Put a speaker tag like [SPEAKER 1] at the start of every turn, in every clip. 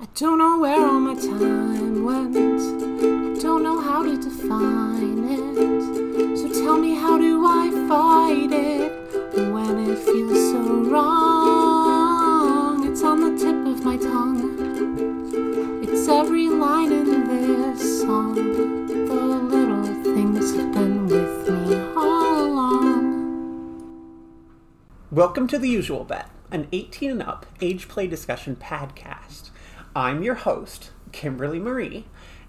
[SPEAKER 1] I don't know where all my time went. I don't know how to define it. So tell me, how do I fight it when it feels so wrong? It's on the tip of my tongue. It's every line in this song. The little things have been with me all along.
[SPEAKER 2] Welcome to The Usual Bet, an 18 and up age play discussion podcast. I'm your host, Kimberly Marie,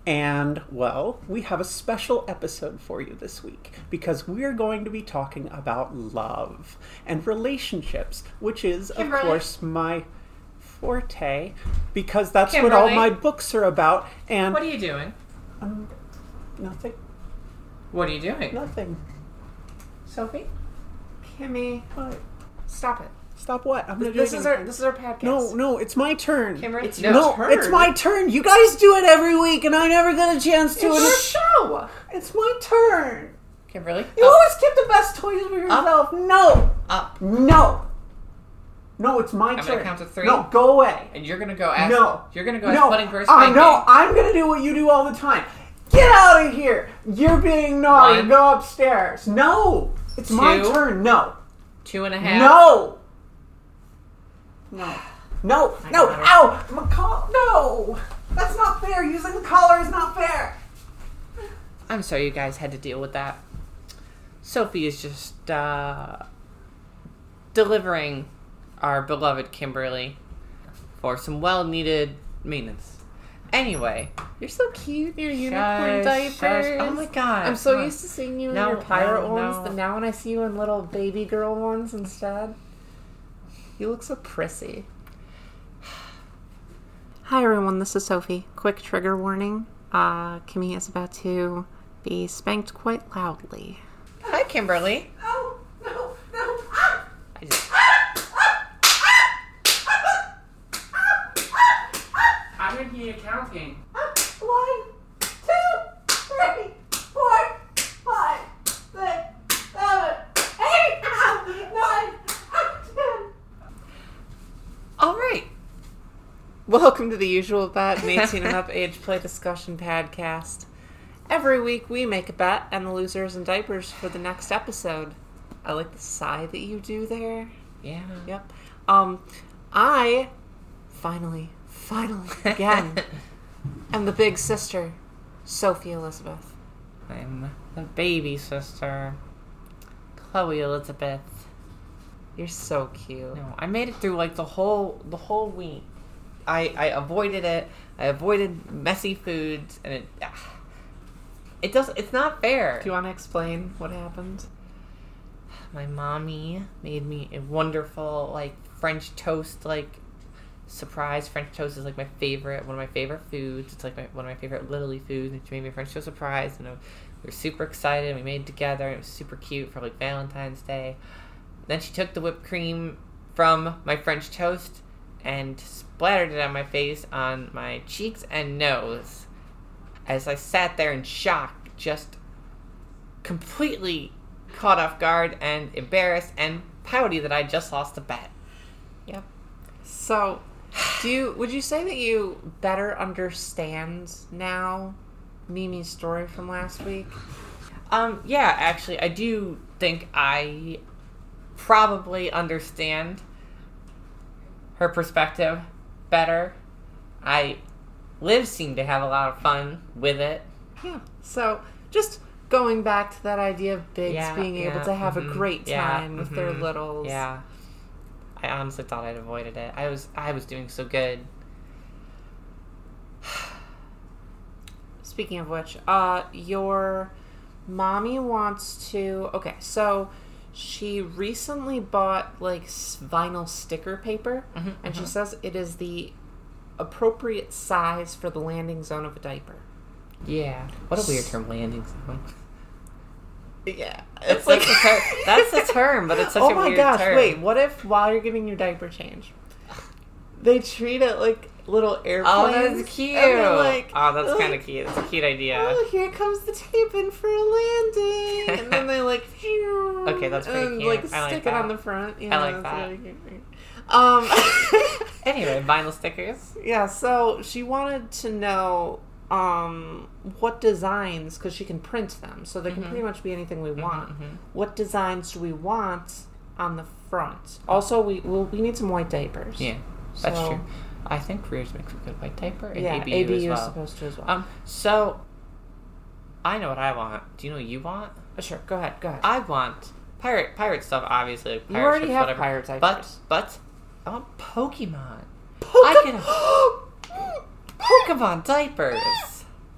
[SPEAKER 2] and well, we have a special episode for you this week because we're going to be talking about love and relationships, which is,
[SPEAKER 3] Kimberly.
[SPEAKER 2] of course, my forte because that's what all
[SPEAKER 3] Kimberly.
[SPEAKER 2] my books are about. And
[SPEAKER 3] What are you doing?
[SPEAKER 2] nothing,
[SPEAKER 3] What are you doing?
[SPEAKER 2] nothing.
[SPEAKER 3] Sophie? Kimmy,
[SPEAKER 2] What?
[SPEAKER 3] stop it.
[SPEAKER 2] Stop what? I'm gonna do
[SPEAKER 3] This
[SPEAKER 2] it
[SPEAKER 3] is
[SPEAKER 2] again.
[SPEAKER 3] our this is our podcast.
[SPEAKER 2] No, no, it's my turn.
[SPEAKER 3] Kimberly,
[SPEAKER 2] it's
[SPEAKER 3] no,
[SPEAKER 2] no,
[SPEAKER 3] turn.
[SPEAKER 2] it's my turn. You guys do it every week, and I never get a chance to. and
[SPEAKER 3] It's your
[SPEAKER 2] it's-
[SPEAKER 3] show.
[SPEAKER 2] It's my turn.
[SPEAKER 3] Kimberly,
[SPEAKER 2] You always keep the best toys for yourself. no,
[SPEAKER 3] up, up.
[SPEAKER 2] no, no. It's my
[SPEAKER 3] gonna
[SPEAKER 2] turn.
[SPEAKER 3] count to three.
[SPEAKER 2] No, go away.
[SPEAKER 3] and you're gonna go ask.
[SPEAKER 2] No,
[SPEAKER 3] you're gonna go ask
[SPEAKER 2] no.
[SPEAKER 3] Pudding for
[SPEAKER 2] I
[SPEAKER 3] a spanking.
[SPEAKER 2] know. I'm gonna do what you do all the time. Get out of here. You're being naughty.
[SPEAKER 3] One.
[SPEAKER 2] Go upstairs. No, it's my
[SPEAKER 3] Two.
[SPEAKER 2] turn. No.
[SPEAKER 3] Two and a half.
[SPEAKER 2] No. No. No. No.
[SPEAKER 3] got it.
[SPEAKER 2] Ow. My col- No. That's not fair. Using the collar is not fair.
[SPEAKER 3] I'm sorry you guys had to deal with that. Sophie is just uh, delivering our beloved Kimberly for some well needed maintenance. Anyway, you're so cute in your
[SPEAKER 1] unicorn diapers.
[SPEAKER 3] Oh my god.
[SPEAKER 1] I'm so
[SPEAKER 3] Huh.
[SPEAKER 1] used to seeing you
[SPEAKER 3] No,
[SPEAKER 1] in your pirate
[SPEAKER 3] no,
[SPEAKER 1] ones,
[SPEAKER 3] no.
[SPEAKER 1] but now when I see you in little baby girl ones instead, you look so prissy. Hi everyone, this is Sophie. Quick trigger warning: uh, Kimmy is about to be spanked quite loudly.
[SPEAKER 3] Hi, Kimberly.
[SPEAKER 2] No. Oh, No. No. Ah.
[SPEAKER 3] I just-
[SPEAKER 4] I'm in the accounting.
[SPEAKER 2] One, two, three, four, five, six, seven, eight, ah, nine, ah, ten.
[SPEAKER 3] All right.
[SPEAKER 1] Welcome to the usual bet, an 18 and up age play discussion podcast. Every week we make a bet, and the loser is in diapers for the next episode. I like the sigh that you do there.
[SPEAKER 3] Yeah.
[SPEAKER 1] Yep. Um, I finally, finally, again, am the big sister, Sophie Elizabeth.
[SPEAKER 3] I'm the baby sister, Chloe Elizabeth.
[SPEAKER 1] You're so cute.
[SPEAKER 3] No, I made it through like the whole the whole week. I I avoided it. I avoided messy foods, and it ah. it does it's not fair.
[SPEAKER 1] Do you want to explain what happened?
[SPEAKER 3] My mommy made me a wonderful like French toast like surprise. French toast is like my favorite, one of my favorite foods. It's like my, one of my favorite literally foods. And she made me a French toast surprise, and I, we were super excited. and We made it together. And it was super cute for like Valentine's Day. Then she took the whipped cream from my French toast and splattered it on my face, on my cheeks and nose. As I sat there in shock, just completely caught off guard and embarrassed and pouty that I just lost the bet.
[SPEAKER 1] Yep. So, do you would you say that you better understand now Mimi's story from last week?
[SPEAKER 3] Um, yeah, actually, I do think I probably understand her perspective better. I Liv seemed to have a lot of fun with it.
[SPEAKER 1] Yeah. So, just going back to that idea of bigs
[SPEAKER 3] Yeah,
[SPEAKER 1] being able
[SPEAKER 3] yeah,
[SPEAKER 1] to have
[SPEAKER 3] mhm,
[SPEAKER 1] a great
[SPEAKER 3] yeah,
[SPEAKER 1] time with their
[SPEAKER 3] mhm,
[SPEAKER 1] littles.
[SPEAKER 3] Yeah. I honestly thought I'd avoided it. I was I was doing so good.
[SPEAKER 1] Speaking of which, uh, your mommy wants to. Okay, so she recently bought like s- vinyl sticker paper,
[SPEAKER 3] Mhm,
[SPEAKER 1] and she says it is the appropriate size for the landing zone of a diaper.
[SPEAKER 3] Yeah. What a weird term landing zone.
[SPEAKER 1] Yeah,
[SPEAKER 3] That's such a ter- that's a term, but it's such
[SPEAKER 1] oh
[SPEAKER 3] a
[SPEAKER 1] my
[SPEAKER 3] weird
[SPEAKER 1] gosh!
[SPEAKER 3] term.
[SPEAKER 1] Wait, what if while you're giving your diaper change, they treat it like little airplanes?
[SPEAKER 3] Oh, that's cute.
[SPEAKER 1] and they're like,
[SPEAKER 3] oh, that's
[SPEAKER 1] they're
[SPEAKER 3] kind
[SPEAKER 1] like,
[SPEAKER 3] of cute. It's a cute idea.
[SPEAKER 1] Oh, here comes the tape in for a landing, and then they like. phew,
[SPEAKER 3] Okay, that's pretty
[SPEAKER 1] and,
[SPEAKER 3] cute.
[SPEAKER 1] Like
[SPEAKER 3] I like
[SPEAKER 1] stick it
[SPEAKER 3] that.
[SPEAKER 1] on the front. You
[SPEAKER 3] I like
[SPEAKER 1] know, it's really cute. Um,
[SPEAKER 3] Anyway, vinyl stickers.
[SPEAKER 1] Yeah, so she wanted to know um, what designs, because she can print them, so they can
[SPEAKER 3] Mm-hmm.
[SPEAKER 1] pretty much be anything we want. What designs do we want on the front? Also, we well, we need some white diapers.
[SPEAKER 3] Yeah, that's
[SPEAKER 1] So-
[SPEAKER 3] true. I think Rears makes a good white diaper, and
[SPEAKER 1] yeah.
[SPEAKER 3] ABU,
[SPEAKER 1] ABU
[SPEAKER 3] as
[SPEAKER 1] is
[SPEAKER 3] well.
[SPEAKER 1] supposed to as well.
[SPEAKER 3] um, so I know what I want. Do you know what you want?
[SPEAKER 1] Uh, sure, go ahead, go ahead.
[SPEAKER 3] I want pirate pirate stuff, obviously. Like
[SPEAKER 1] You
[SPEAKER 3] pirate
[SPEAKER 1] already
[SPEAKER 3] ships,
[SPEAKER 1] have
[SPEAKER 3] whatever.
[SPEAKER 1] pirate diapers.
[SPEAKER 3] But but I want Pokemon.
[SPEAKER 1] Pokemon,
[SPEAKER 3] Pokemon diapers.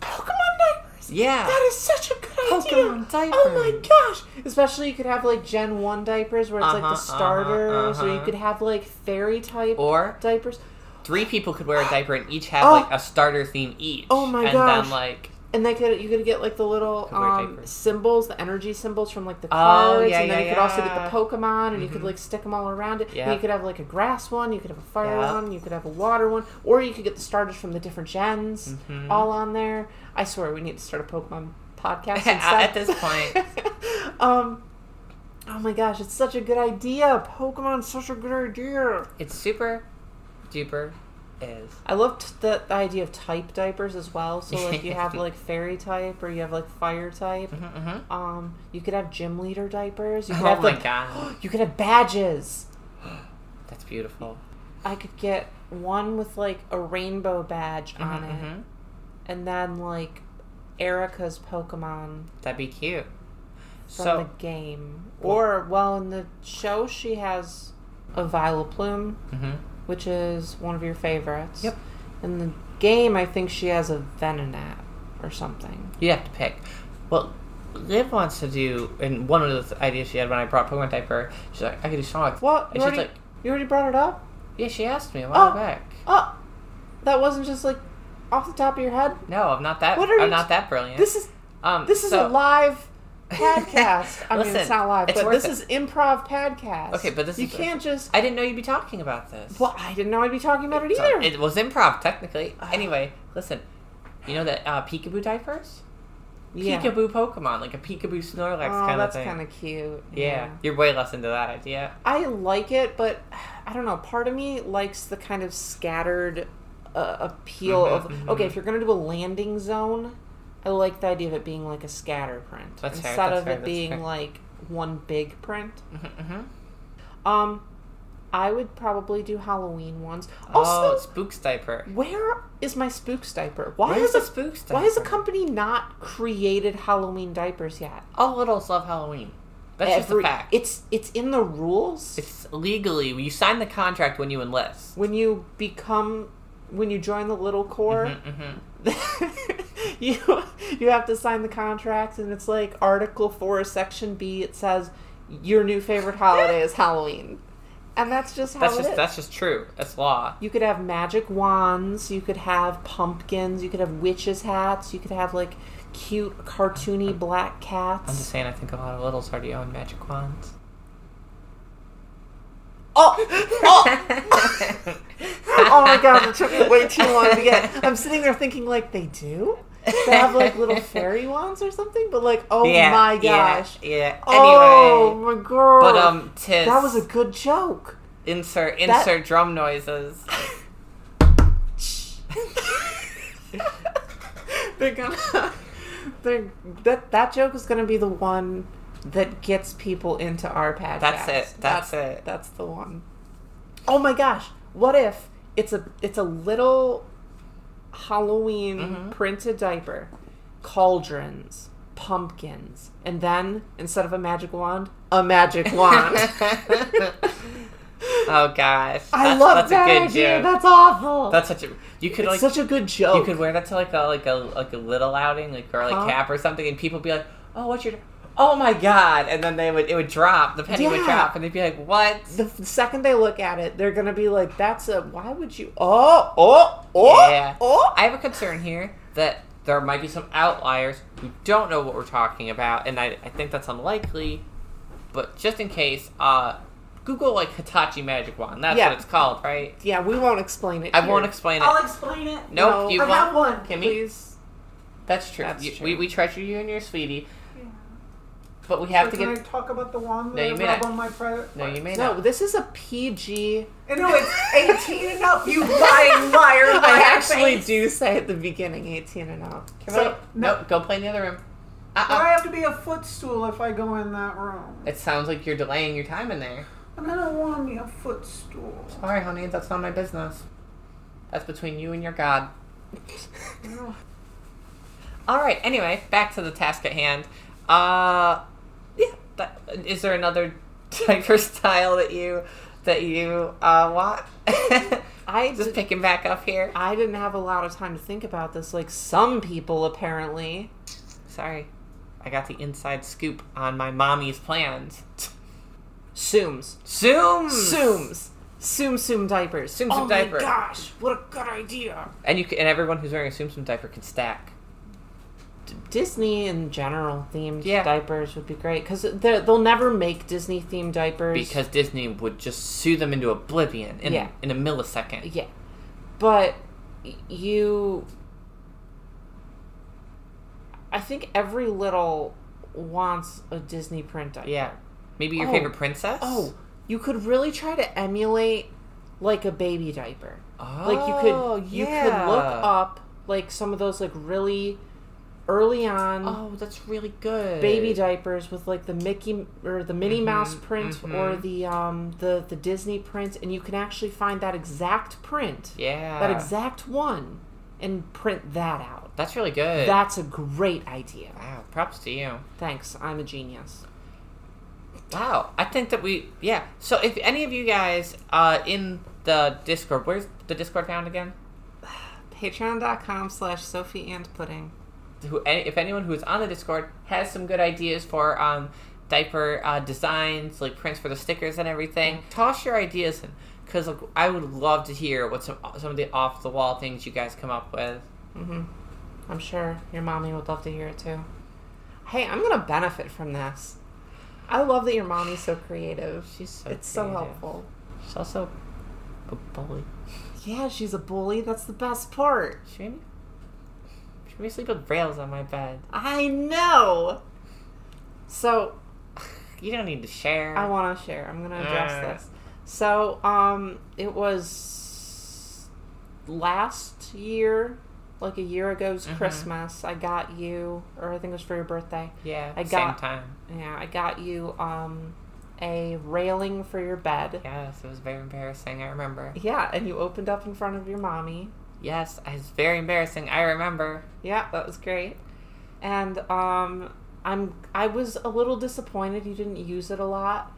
[SPEAKER 1] Pokemon diapers.
[SPEAKER 3] Yeah.
[SPEAKER 1] That is such a good idea.
[SPEAKER 3] Pokemon diapers.
[SPEAKER 1] Oh my gosh! Especially you could have like Gen One diapers where it's like
[SPEAKER 3] Uh-huh,
[SPEAKER 1] the starters, or you
[SPEAKER 3] uh-huh.
[SPEAKER 1] could have like fairy type
[SPEAKER 3] Or
[SPEAKER 1] diapers,
[SPEAKER 3] three people could wear a diaper and each have
[SPEAKER 1] Oh.
[SPEAKER 3] like a starter theme each.
[SPEAKER 1] Oh my
[SPEAKER 3] and
[SPEAKER 1] gosh.
[SPEAKER 3] then like
[SPEAKER 1] and they could you could get like the little
[SPEAKER 3] Could wear
[SPEAKER 1] um,
[SPEAKER 3] diapers.
[SPEAKER 1] symbols, the energy symbols from like the
[SPEAKER 3] Oh,
[SPEAKER 1] cards,
[SPEAKER 3] yeah,
[SPEAKER 1] and then
[SPEAKER 3] yeah,
[SPEAKER 1] you could also get
[SPEAKER 3] yeah.
[SPEAKER 1] the Pokemon, and you could like stick them all around it. And
[SPEAKER 3] Yeah.
[SPEAKER 1] you could have like a grass one, you could have a fire
[SPEAKER 3] Yeah.
[SPEAKER 1] one, you could have a water one, or you could get the starters from the different gens
[SPEAKER 3] Mhm.
[SPEAKER 1] all on there. I swear we need to start a Pokemon podcast instead.
[SPEAKER 3] At this point.
[SPEAKER 1] um. Oh my gosh, it's such a good idea. Pokemon's such a good idea.
[SPEAKER 3] it's super duper is.
[SPEAKER 1] I loved the, the idea of type diapers as well. So like you have like fairy type or you have like fire type.
[SPEAKER 3] Mm-hmm.
[SPEAKER 1] Um, you could have gym leader diapers. You
[SPEAKER 3] Oh
[SPEAKER 1] could have
[SPEAKER 3] my
[SPEAKER 1] like,
[SPEAKER 3] god.
[SPEAKER 1] You could have badges.
[SPEAKER 3] That's beautiful.
[SPEAKER 1] I could get one with like a rainbow badge on it,
[SPEAKER 3] Mhm.
[SPEAKER 1] and then like Erica's Pokemon
[SPEAKER 3] That'd be cute.
[SPEAKER 1] from
[SPEAKER 3] So
[SPEAKER 1] the game. Or well, in the show she has a Vileplume,
[SPEAKER 3] Mhm.
[SPEAKER 1] which is one of your favorites.
[SPEAKER 3] Yep.
[SPEAKER 1] In the game, I think she has a Venonat or something.
[SPEAKER 3] You have to pick. Well, Liv wants to do, and one of the ideas she had when I brought Pokemon diaper, she's like, I could do Sonic.
[SPEAKER 1] What?
[SPEAKER 3] And
[SPEAKER 1] You
[SPEAKER 3] she's
[SPEAKER 1] already,
[SPEAKER 3] like,
[SPEAKER 1] you already brought it up?
[SPEAKER 3] yeah, she asked me a while
[SPEAKER 1] Oh.
[SPEAKER 3] back.
[SPEAKER 1] Oh, that wasn't just like off the top of your head.
[SPEAKER 3] No, I'm not that.
[SPEAKER 1] What are you
[SPEAKER 3] I'm not
[SPEAKER 1] t-
[SPEAKER 3] that brilliant.
[SPEAKER 1] This is
[SPEAKER 3] um,
[SPEAKER 1] This is
[SPEAKER 3] so-
[SPEAKER 1] a live podcast. I mean,
[SPEAKER 3] Listen,
[SPEAKER 1] it's not live,
[SPEAKER 3] it's
[SPEAKER 1] but
[SPEAKER 3] worth
[SPEAKER 1] this
[SPEAKER 3] it.
[SPEAKER 1] is improv podcast.
[SPEAKER 3] Okay, but this
[SPEAKER 1] you
[SPEAKER 3] is-
[SPEAKER 1] can't just.
[SPEAKER 3] I didn't know you'd be talking about this.
[SPEAKER 1] Well, I didn't know I'd be talking about it
[SPEAKER 3] So,
[SPEAKER 1] either.
[SPEAKER 3] It was improv, technically. Anyway, listen. You know that uh, peekaboo diapers?
[SPEAKER 1] yeah.
[SPEAKER 3] Peekaboo Pokemon, like a peekaboo Snorlax
[SPEAKER 1] Oh,
[SPEAKER 3] kind of
[SPEAKER 1] that's
[SPEAKER 3] thing.
[SPEAKER 1] kind of cute.
[SPEAKER 3] yeah. you're way less into that idea.
[SPEAKER 1] I like it, but I don't know. Part of me likes the kind of scattered uh, appeal
[SPEAKER 3] Mhm,
[SPEAKER 1] of.
[SPEAKER 3] mhm.
[SPEAKER 1] Okay, if you're gonna do a landing zone, I like the idea of it being like a scatter print
[SPEAKER 3] That's fair,
[SPEAKER 1] instead
[SPEAKER 3] that's
[SPEAKER 1] of
[SPEAKER 3] fair,
[SPEAKER 1] it
[SPEAKER 3] that's
[SPEAKER 1] being
[SPEAKER 3] fair.
[SPEAKER 1] like one big print.
[SPEAKER 3] Mm-hmm.
[SPEAKER 1] Um, I would probably do Halloween ones. Also,
[SPEAKER 3] Oh, Spooks diaper.
[SPEAKER 1] Where is my spooks diaper? Why
[SPEAKER 3] Where's
[SPEAKER 1] is
[SPEAKER 3] the
[SPEAKER 1] a
[SPEAKER 3] Spooks diaper?
[SPEAKER 1] why has a company not created Halloween diapers yet?
[SPEAKER 3] All littles love Halloween. That's just a
[SPEAKER 1] Every-
[SPEAKER 3] fact.
[SPEAKER 1] It's it's in the rules.
[SPEAKER 3] It's legally you sign the contract when you enlist.
[SPEAKER 1] when you become when you join the little corps,
[SPEAKER 3] Mm-hmm.
[SPEAKER 1] you you have to sign the contract, and it's like Article Four, Section B. It says your new favorite holiday is Halloween, and that's just how
[SPEAKER 3] That's
[SPEAKER 1] it
[SPEAKER 3] just
[SPEAKER 1] is.
[SPEAKER 3] that's just true. That's law.
[SPEAKER 1] You could have magic wands, you could have pumpkins, you could have witches' hats, you could have like cute cartoony black
[SPEAKER 3] I'm just
[SPEAKER 1] cats.
[SPEAKER 3] saying. I think a lot of littles already own magic wands.
[SPEAKER 1] Oh! Oh! oh my god, it took me way too long to get. I'm sitting there thinking like they do? They have like little fairy wands or something, but like oh
[SPEAKER 3] Yeah,
[SPEAKER 1] my
[SPEAKER 3] yeah,
[SPEAKER 1] gosh.
[SPEAKER 3] Yeah. Anyway.
[SPEAKER 1] Oh my god.
[SPEAKER 3] But um, tis
[SPEAKER 1] that was a good joke.
[SPEAKER 3] insert
[SPEAKER 1] that-
[SPEAKER 3] insert drum noises.
[SPEAKER 1] they're gonna they're, that that joke is gonna be the one that gets people into our podcast.
[SPEAKER 3] That's it. That's it.
[SPEAKER 1] That's the one. Oh my gosh! What if it's a it's a little Halloween
[SPEAKER 3] Mm-hmm.
[SPEAKER 1] printed diaper, cauldrons, pumpkins, and then instead of a magic wand, a magic wand.
[SPEAKER 3] oh gosh,
[SPEAKER 1] I
[SPEAKER 3] That's-
[SPEAKER 1] love
[SPEAKER 3] that's
[SPEAKER 1] that
[SPEAKER 3] a good
[SPEAKER 1] idea.
[SPEAKER 3] joke.
[SPEAKER 1] That's awful.
[SPEAKER 3] That's such a you could
[SPEAKER 1] it's
[SPEAKER 3] like
[SPEAKER 1] such a good joke.
[SPEAKER 3] you could wear that to like a like a like a little outing like or like
[SPEAKER 1] Huh?
[SPEAKER 3] cap or something, and people would be like, oh, what's your Oh my god! And then they would it would drop the penny would
[SPEAKER 1] Yeah.
[SPEAKER 3] drop, and they'd be like, what?
[SPEAKER 1] the f- second they look at it, they're gonna be like, "That's a why would you? Oh, oh, oh,
[SPEAKER 3] Yeah.
[SPEAKER 1] oh!"
[SPEAKER 3] I have a concern here that there might be some outliers who don't know what we're talking about, and I, I think that's unlikely. But just in case, uh, Google like Hitachi Magic Wand. That's
[SPEAKER 1] Yeah.
[SPEAKER 3] what it's called, right?
[SPEAKER 1] yeah, we won't explain it.
[SPEAKER 3] I
[SPEAKER 1] here.
[SPEAKER 3] won't explain it.
[SPEAKER 4] I'll explain it.
[SPEAKER 1] no.
[SPEAKER 3] nope, you
[SPEAKER 1] I
[SPEAKER 3] won't.
[SPEAKER 1] got one.
[SPEAKER 3] Kimmy?
[SPEAKER 1] Please.
[SPEAKER 3] That's true.
[SPEAKER 1] That's
[SPEAKER 3] You-
[SPEAKER 1] true.
[SPEAKER 3] We, we treasure you and your sweetie. But we have
[SPEAKER 2] But
[SPEAKER 3] to
[SPEAKER 2] can
[SPEAKER 3] get.
[SPEAKER 2] I talk about the wand
[SPEAKER 3] No,
[SPEAKER 2] that
[SPEAKER 3] you may
[SPEAKER 2] I rub
[SPEAKER 3] not.
[SPEAKER 2] on my private
[SPEAKER 3] No, you may
[SPEAKER 1] No,
[SPEAKER 3] not.
[SPEAKER 1] this is a PG.
[SPEAKER 2] And no, it's 18 and up, you lying liar.
[SPEAKER 1] I
[SPEAKER 2] black
[SPEAKER 1] actually
[SPEAKER 2] face.
[SPEAKER 1] do say at the beginning 18 and up.
[SPEAKER 3] Kimberly,
[SPEAKER 2] So-
[SPEAKER 3] no, go play in the other room.
[SPEAKER 2] But
[SPEAKER 3] Uh-uh.
[SPEAKER 2] I have to be a footstool if I go in that room.
[SPEAKER 3] It sounds like you're delaying your time in there.
[SPEAKER 2] And I don't want to be a footstool.
[SPEAKER 3] Sorry, honey, that's not my business. That's between you and your God. All right. Anyway, back to the task at hand. Uh, yeah. That, is there another diaper style that you that you uh, want?
[SPEAKER 1] I
[SPEAKER 3] just
[SPEAKER 1] did-
[SPEAKER 3] picking back up here.
[SPEAKER 1] I didn't have a lot of time to think about this, like some people apparently.
[SPEAKER 3] Sorry, I got the inside scoop on my mommy's plans.
[SPEAKER 1] Sooms.
[SPEAKER 3] Zoom.
[SPEAKER 1] Hmm. Sooms. Soom Soom diapers. Soom
[SPEAKER 3] Soom diaper.
[SPEAKER 1] Oh gosh, what a good idea.
[SPEAKER 3] And you can, and everyone who's wearing a Zoom Zoom diaper can stack.
[SPEAKER 1] Disney in general themed
[SPEAKER 3] Yeah.
[SPEAKER 1] diapers would be great because they'll never make Disney themed diapers.
[SPEAKER 3] because Disney would just sue them into oblivion in,
[SPEAKER 1] Yeah.
[SPEAKER 3] in a millisecond.
[SPEAKER 1] Yeah. But y- you. I think every little wants a Disney print diaper.
[SPEAKER 3] Yeah. Maybe your
[SPEAKER 1] Oh.
[SPEAKER 3] favorite princess?
[SPEAKER 1] Oh, you could really try to emulate like a baby diaper.
[SPEAKER 3] Oh,
[SPEAKER 1] Like you could you could look
[SPEAKER 3] yeah.
[SPEAKER 1] up like some of those like really early on
[SPEAKER 3] Oh, that's really good.
[SPEAKER 1] baby diapers with like the Mickey or the
[SPEAKER 3] Mm-hmm.
[SPEAKER 1] Minnie Mouse print or
[SPEAKER 3] mhm.
[SPEAKER 1] the um the the Disney print and you can actually find that exact print.
[SPEAKER 3] Yeah.
[SPEAKER 1] That exact one and print that out.
[SPEAKER 3] That's really good.
[SPEAKER 1] That's a great idea.
[SPEAKER 3] wow. Props to you.
[SPEAKER 1] Thanks. I'm a genius.
[SPEAKER 3] Wow. I think that we yeah. So if any of you guys uh in the Discord, where's the Discord found again?
[SPEAKER 1] Patreon.com slash Sophie and Pudding.
[SPEAKER 3] who any, if anyone who's on the Discord has some good ideas for um, diaper uh, designs, like prints for the stickers and everything, toss your ideas in because like, I would love to hear what some uh, some of the off the wall things you guys come up with.
[SPEAKER 1] I'm sure your mommy would love to hear it too. Hey, I'm gonna benefit from this. I love that your mommy's so creative.
[SPEAKER 3] She's so
[SPEAKER 1] it's so
[SPEAKER 3] creative.
[SPEAKER 1] helpful.
[SPEAKER 3] She's also a bully.
[SPEAKER 1] Yeah, she's a bully. That's the best part.
[SPEAKER 3] She made me, she made me sleep with rails on my bed.
[SPEAKER 1] I know. So
[SPEAKER 3] You don't need to share.
[SPEAKER 1] I want to share. I'm gonna address
[SPEAKER 3] Yeah.
[SPEAKER 1] this. So um, it was last year, like a year ago's Christmas. I got you, or I think it was for your birthday.
[SPEAKER 3] yeah,
[SPEAKER 1] I
[SPEAKER 3] same
[SPEAKER 1] got-
[SPEAKER 3] time.
[SPEAKER 1] Yeah, I got you um, a railing for your bed.
[SPEAKER 3] Yes, it was very embarrassing. I remember.
[SPEAKER 1] Yeah, and you opened up in front of your mommy.
[SPEAKER 3] Yes, it was very embarrassing. I remember.
[SPEAKER 1] Yeah, that was great. And um I'm I was a little disappointed you didn't use it a lot.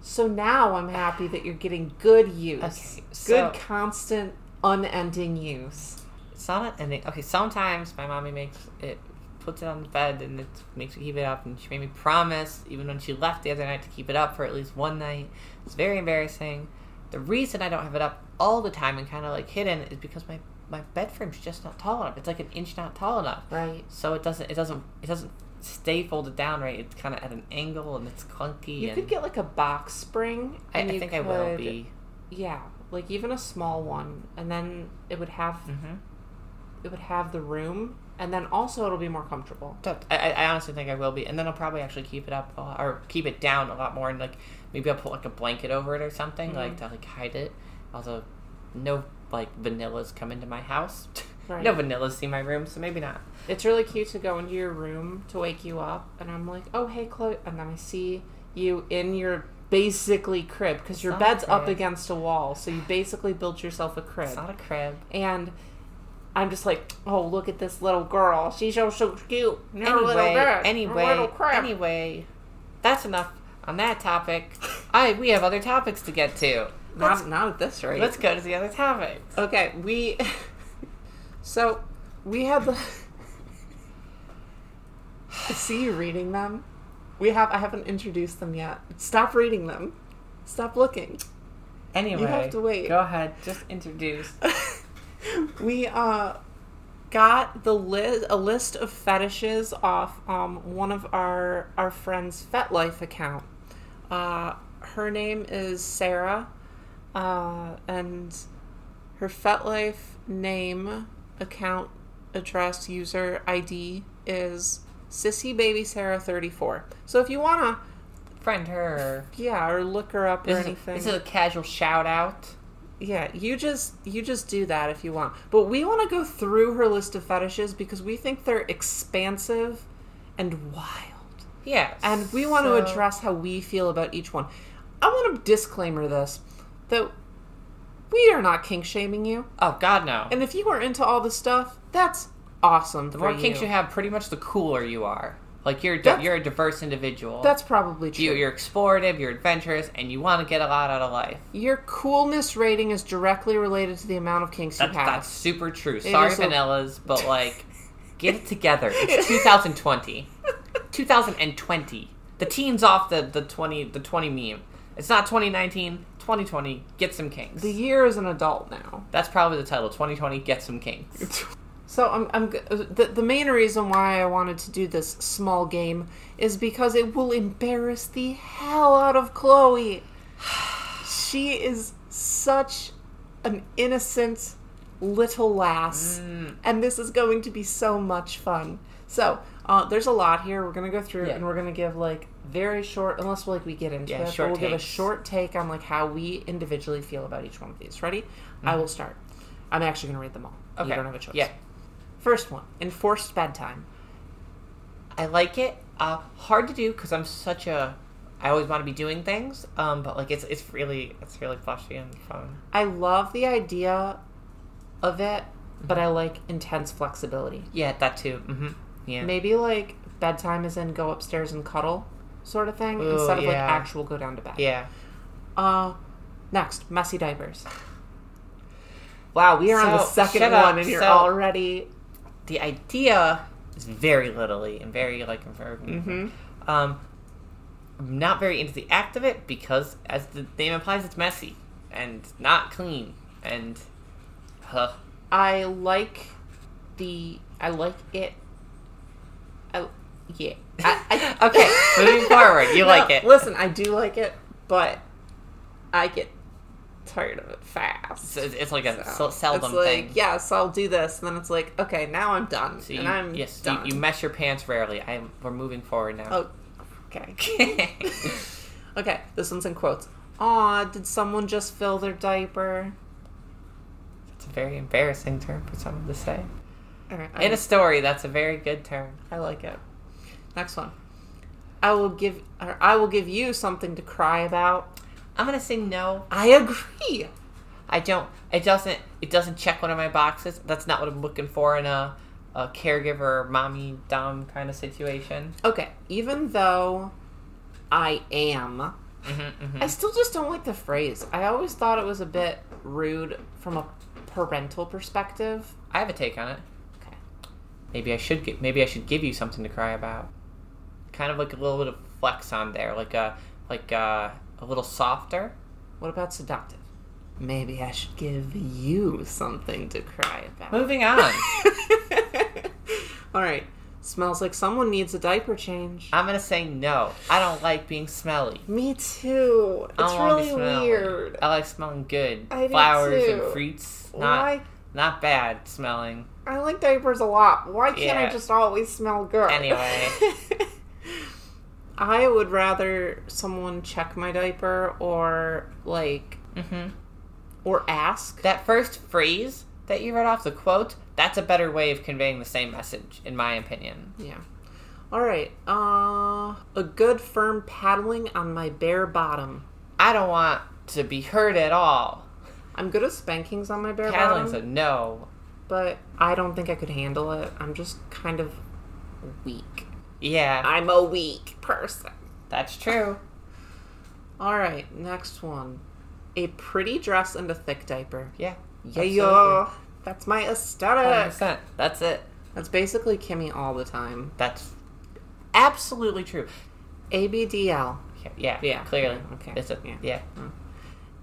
[SPEAKER 1] So now I'm happy that you're getting good use.
[SPEAKER 3] Okay, so-
[SPEAKER 1] good constant unending use.
[SPEAKER 3] Some and they, okay, sometimes my mommy makes it puts it on the bed and it makes me keep it up and she made me promise even when she left the other night to keep it up for at least one night. It's very embarrassing. The reason I don't have it up all the time and kind of like hidden is because my my bed frame's just not tall enough. It's like an inch not tall enough.
[SPEAKER 1] Right.
[SPEAKER 3] So it doesn't it doesn't it doesn't stay folded down right. It's kind of at an angle and it's clunky
[SPEAKER 1] You
[SPEAKER 3] and
[SPEAKER 1] could get like a box spring.
[SPEAKER 3] I,
[SPEAKER 1] and
[SPEAKER 3] I
[SPEAKER 1] you
[SPEAKER 3] think I will
[SPEAKER 1] could-
[SPEAKER 3] be.
[SPEAKER 1] Yeah, like even a small one, and then it would have
[SPEAKER 3] Mhm.
[SPEAKER 1] it would have the room, and then also it'll be more comfortable.
[SPEAKER 3] Don't- I, I- I honestly think I will be, and then I'll probably actually keep it up a lot, or keep it down a lot more, and like maybe I'll put like a blanket over it or something, like
[SPEAKER 1] Mm-hmm.
[SPEAKER 3] to like hide it. Also, no like vanillas come into my house.
[SPEAKER 1] Right.
[SPEAKER 3] no vanillas see my room, so maybe not.
[SPEAKER 1] It's really cute to go into your room to wake you up, and I'm like, oh, hey, Chloe. And then I see you in your basically crib because your
[SPEAKER 3] not a
[SPEAKER 1] bed's up
[SPEAKER 3] crib.
[SPEAKER 1] against a wall. So you basically built yourself a crib.
[SPEAKER 3] It's not a crib.
[SPEAKER 1] and I'm just like, oh, look at this little girl. She's so, so cute. And her little
[SPEAKER 3] Anyway,
[SPEAKER 1] bed, her little
[SPEAKER 3] anyway,
[SPEAKER 1] crib.
[SPEAKER 3] anyway, that's enough on that topic. I we have other topics to get to. Let's,
[SPEAKER 1] Not, not at this rate.
[SPEAKER 3] let's go to the other topics.
[SPEAKER 1] Okay, we. so, we had the. I see you reading them. We have. I haven't introduced them yet. Stop reading them. Stop looking.
[SPEAKER 3] Anyway,
[SPEAKER 1] to wait.
[SPEAKER 3] Go ahead, just introduce.
[SPEAKER 1] we uh got the list a list of fetishes off um one of our our friends FetLife account. Uh, her name is Sarah, uh, and her FetLife name account address user ID is Sissy Baby Sarah 34. So if you wanna,
[SPEAKER 3] Friend her.
[SPEAKER 1] yeah, or look her up or
[SPEAKER 3] This is,
[SPEAKER 1] anything.
[SPEAKER 3] this is a casual shout out.
[SPEAKER 1] Yeah, you just you just do that if you want. But we want to go through her list of fetishes because we think they're expansive and wild.
[SPEAKER 3] Yeah.
[SPEAKER 1] And we want to
[SPEAKER 3] so-
[SPEAKER 1] address how we feel about each one. I want to disclaimer this that we are not kink shaming you.
[SPEAKER 3] Oh God, no.
[SPEAKER 1] And if you are into all this stuff, that's awesome.
[SPEAKER 3] the more kinks you have, pretty much the cooler you are. Like you're di-
[SPEAKER 1] That's-
[SPEAKER 3] you're a diverse individual.
[SPEAKER 1] That's probably true.
[SPEAKER 3] you, you're explorative, you're adventurous, and you want to get a lot out of life.
[SPEAKER 1] Your coolness rating is directly related to the amount of kinks
[SPEAKER 3] That's,
[SPEAKER 1] you have.
[SPEAKER 3] that's super true. Sorry,
[SPEAKER 1] is a-
[SPEAKER 3] vanillas, but like, get it together. It's 2020. 2020. The teens off the, the 20 the 20 meme. It's not 2019. 2020. Get some kinks.
[SPEAKER 1] The year is an adult now.
[SPEAKER 3] That's probably the title. 2020. Get some kinks.
[SPEAKER 1] So I'm, I'm g- the, the main reason why I wanted to do this small game is because it will embarrass the hell out of Chloe. She is such an innocent little lass,
[SPEAKER 3] Mm.
[SPEAKER 1] and this is going to be so much fun. So uh, there's a lot here. We're gonna go through
[SPEAKER 3] Yeah.
[SPEAKER 1] and we're gonna give like very short, unless like we get into
[SPEAKER 3] Yeah,
[SPEAKER 1] it, but
[SPEAKER 3] short
[SPEAKER 1] we'll give a
[SPEAKER 3] takes.
[SPEAKER 1] short take on like how we individually feel about each one of these. Ready? I will start. I'm actually gonna read them all.
[SPEAKER 3] Mm-hmm. Okay.
[SPEAKER 1] You don't have a choice.
[SPEAKER 3] Yeah.
[SPEAKER 1] First one, enforced bedtime.
[SPEAKER 3] I like it. Uh, hard to do because I'm such a. I always want to be doing things. Um, but like it's it's really it's really flashy and fun.
[SPEAKER 1] I love the idea of it, but I like intense flexibility.
[SPEAKER 3] Yeah, that too. hmm Yeah.
[SPEAKER 1] Maybe like bedtime is in go upstairs and cuddle sort of thing
[SPEAKER 3] Ooh,
[SPEAKER 1] instead of like
[SPEAKER 3] yeah.
[SPEAKER 1] actual go down to bed.
[SPEAKER 3] Yeah.
[SPEAKER 1] Uh next, messy diapers. Wow, we are on the
[SPEAKER 3] So,
[SPEAKER 1] second
[SPEAKER 3] shut
[SPEAKER 1] one
[SPEAKER 3] up.
[SPEAKER 1] and you're
[SPEAKER 3] So-
[SPEAKER 1] already
[SPEAKER 3] the idea is very littly and very like very, um I'm not very into the act of it because as the name implies it's messy and not clean and huh
[SPEAKER 1] I like the I like it. I yeah. I, I,
[SPEAKER 3] Okay, moving forward, you like it.
[SPEAKER 1] Listen, I do like it, but I get tired of it fast.
[SPEAKER 3] so it's, it's like a so,
[SPEAKER 1] So,
[SPEAKER 3] seldom
[SPEAKER 1] it's like,
[SPEAKER 3] thing
[SPEAKER 1] Yes, I'll do this, and then it's like, okay, now I'm done,
[SPEAKER 3] so you,
[SPEAKER 1] and I'm
[SPEAKER 3] yes you-
[SPEAKER 1] done.
[SPEAKER 3] You, mess your pants rarely I'm we're moving forward now
[SPEAKER 1] oh, okay, okay. This one's in quotes. Aw, did someone just fill their diaper?
[SPEAKER 3] it's a very embarrassing term for someone to say
[SPEAKER 1] All right,
[SPEAKER 3] in
[SPEAKER 1] I,
[SPEAKER 3] a story that's a very good term
[SPEAKER 1] I like it. Next one. I will give. Or I will give you something to cry about.
[SPEAKER 3] I'm gonna say no
[SPEAKER 1] I agree.
[SPEAKER 3] I don't. It doesn't. It doesn't check one of my boxes. That's not what I'm looking for in a, a caregiver, mommy, dom kind of situation.
[SPEAKER 1] Okay, even though I am, I
[SPEAKER 3] Mm-hmm.
[SPEAKER 1] still just don't like the phrase. I always thought it was a bit rude from a parental perspective.
[SPEAKER 3] I have a take on it.
[SPEAKER 1] Okay.
[SPEAKER 3] Maybe I should get. Maybe I should give you something to cry about. Kind of like a little bit of flex on there, like a like a, a little softer.
[SPEAKER 1] What about seductive? Maybe I should give you something to cry about.
[SPEAKER 3] Moving on.
[SPEAKER 1] All right. Smells like someone needs a diaper change.
[SPEAKER 3] I'm gonna say no. I don't like being smelly.
[SPEAKER 1] Me too.
[SPEAKER 3] I
[SPEAKER 1] It's
[SPEAKER 3] don't wanna be
[SPEAKER 1] really
[SPEAKER 3] smelly.
[SPEAKER 1] weird.
[SPEAKER 3] I like smelling good.
[SPEAKER 1] I do
[SPEAKER 3] Flowers
[SPEAKER 1] too.
[SPEAKER 3] and fruits. Not
[SPEAKER 1] Why?
[SPEAKER 3] not bad smelling.
[SPEAKER 1] I like diapers a lot. Why can't I
[SPEAKER 3] Yeah.
[SPEAKER 1] just always smell good?
[SPEAKER 3] Anyway.
[SPEAKER 1] I would rather someone check my diaper or like
[SPEAKER 3] Mm-hmm.
[SPEAKER 1] or ask.
[SPEAKER 3] That first phrase that you read off the quote, that's a better way of conveying the same message, in my opinion.
[SPEAKER 1] Yeah. All right. Uh, a good firm paddling on my bare bottom.
[SPEAKER 3] I don't want to be hurt at all.
[SPEAKER 1] I'm good at spankings on my bare
[SPEAKER 3] Paddling's a
[SPEAKER 1] bottom,
[SPEAKER 3] no.
[SPEAKER 1] but I don't think I could handle it. I'm just kind of weak.
[SPEAKER 3] Yeah,
[SPEAKER 1] I'm a weak person.
[SPEAKER 3] that's true.
[SPEAKER 1] All right, next one. A pretty dress and a thick diaper.
[SPEAKER 3] Yeah.
[SPEAKER 1] Yeah,
[SPEAKER 3] absolutely.
[SPEAKER 1] yeah. That's my aesthetic.
[SPEAKER 3] 100%. That's it.
[SPEAKER 1] That's basically Kimmy all the time.
[SPEAKER 3] That's absolutely true.
[SPEAKER 1] ABDL.
[SPEAKER 3] Yeah, yeah,
[SPEAKER 1] Yeah,
[SPEAKER 3] clearly.
[SPEAKER 1] yeah, okay,
[SPEAKER 3] It's a,
[SPEAKER 1] yeah.
[SPEAKER 3] yeah.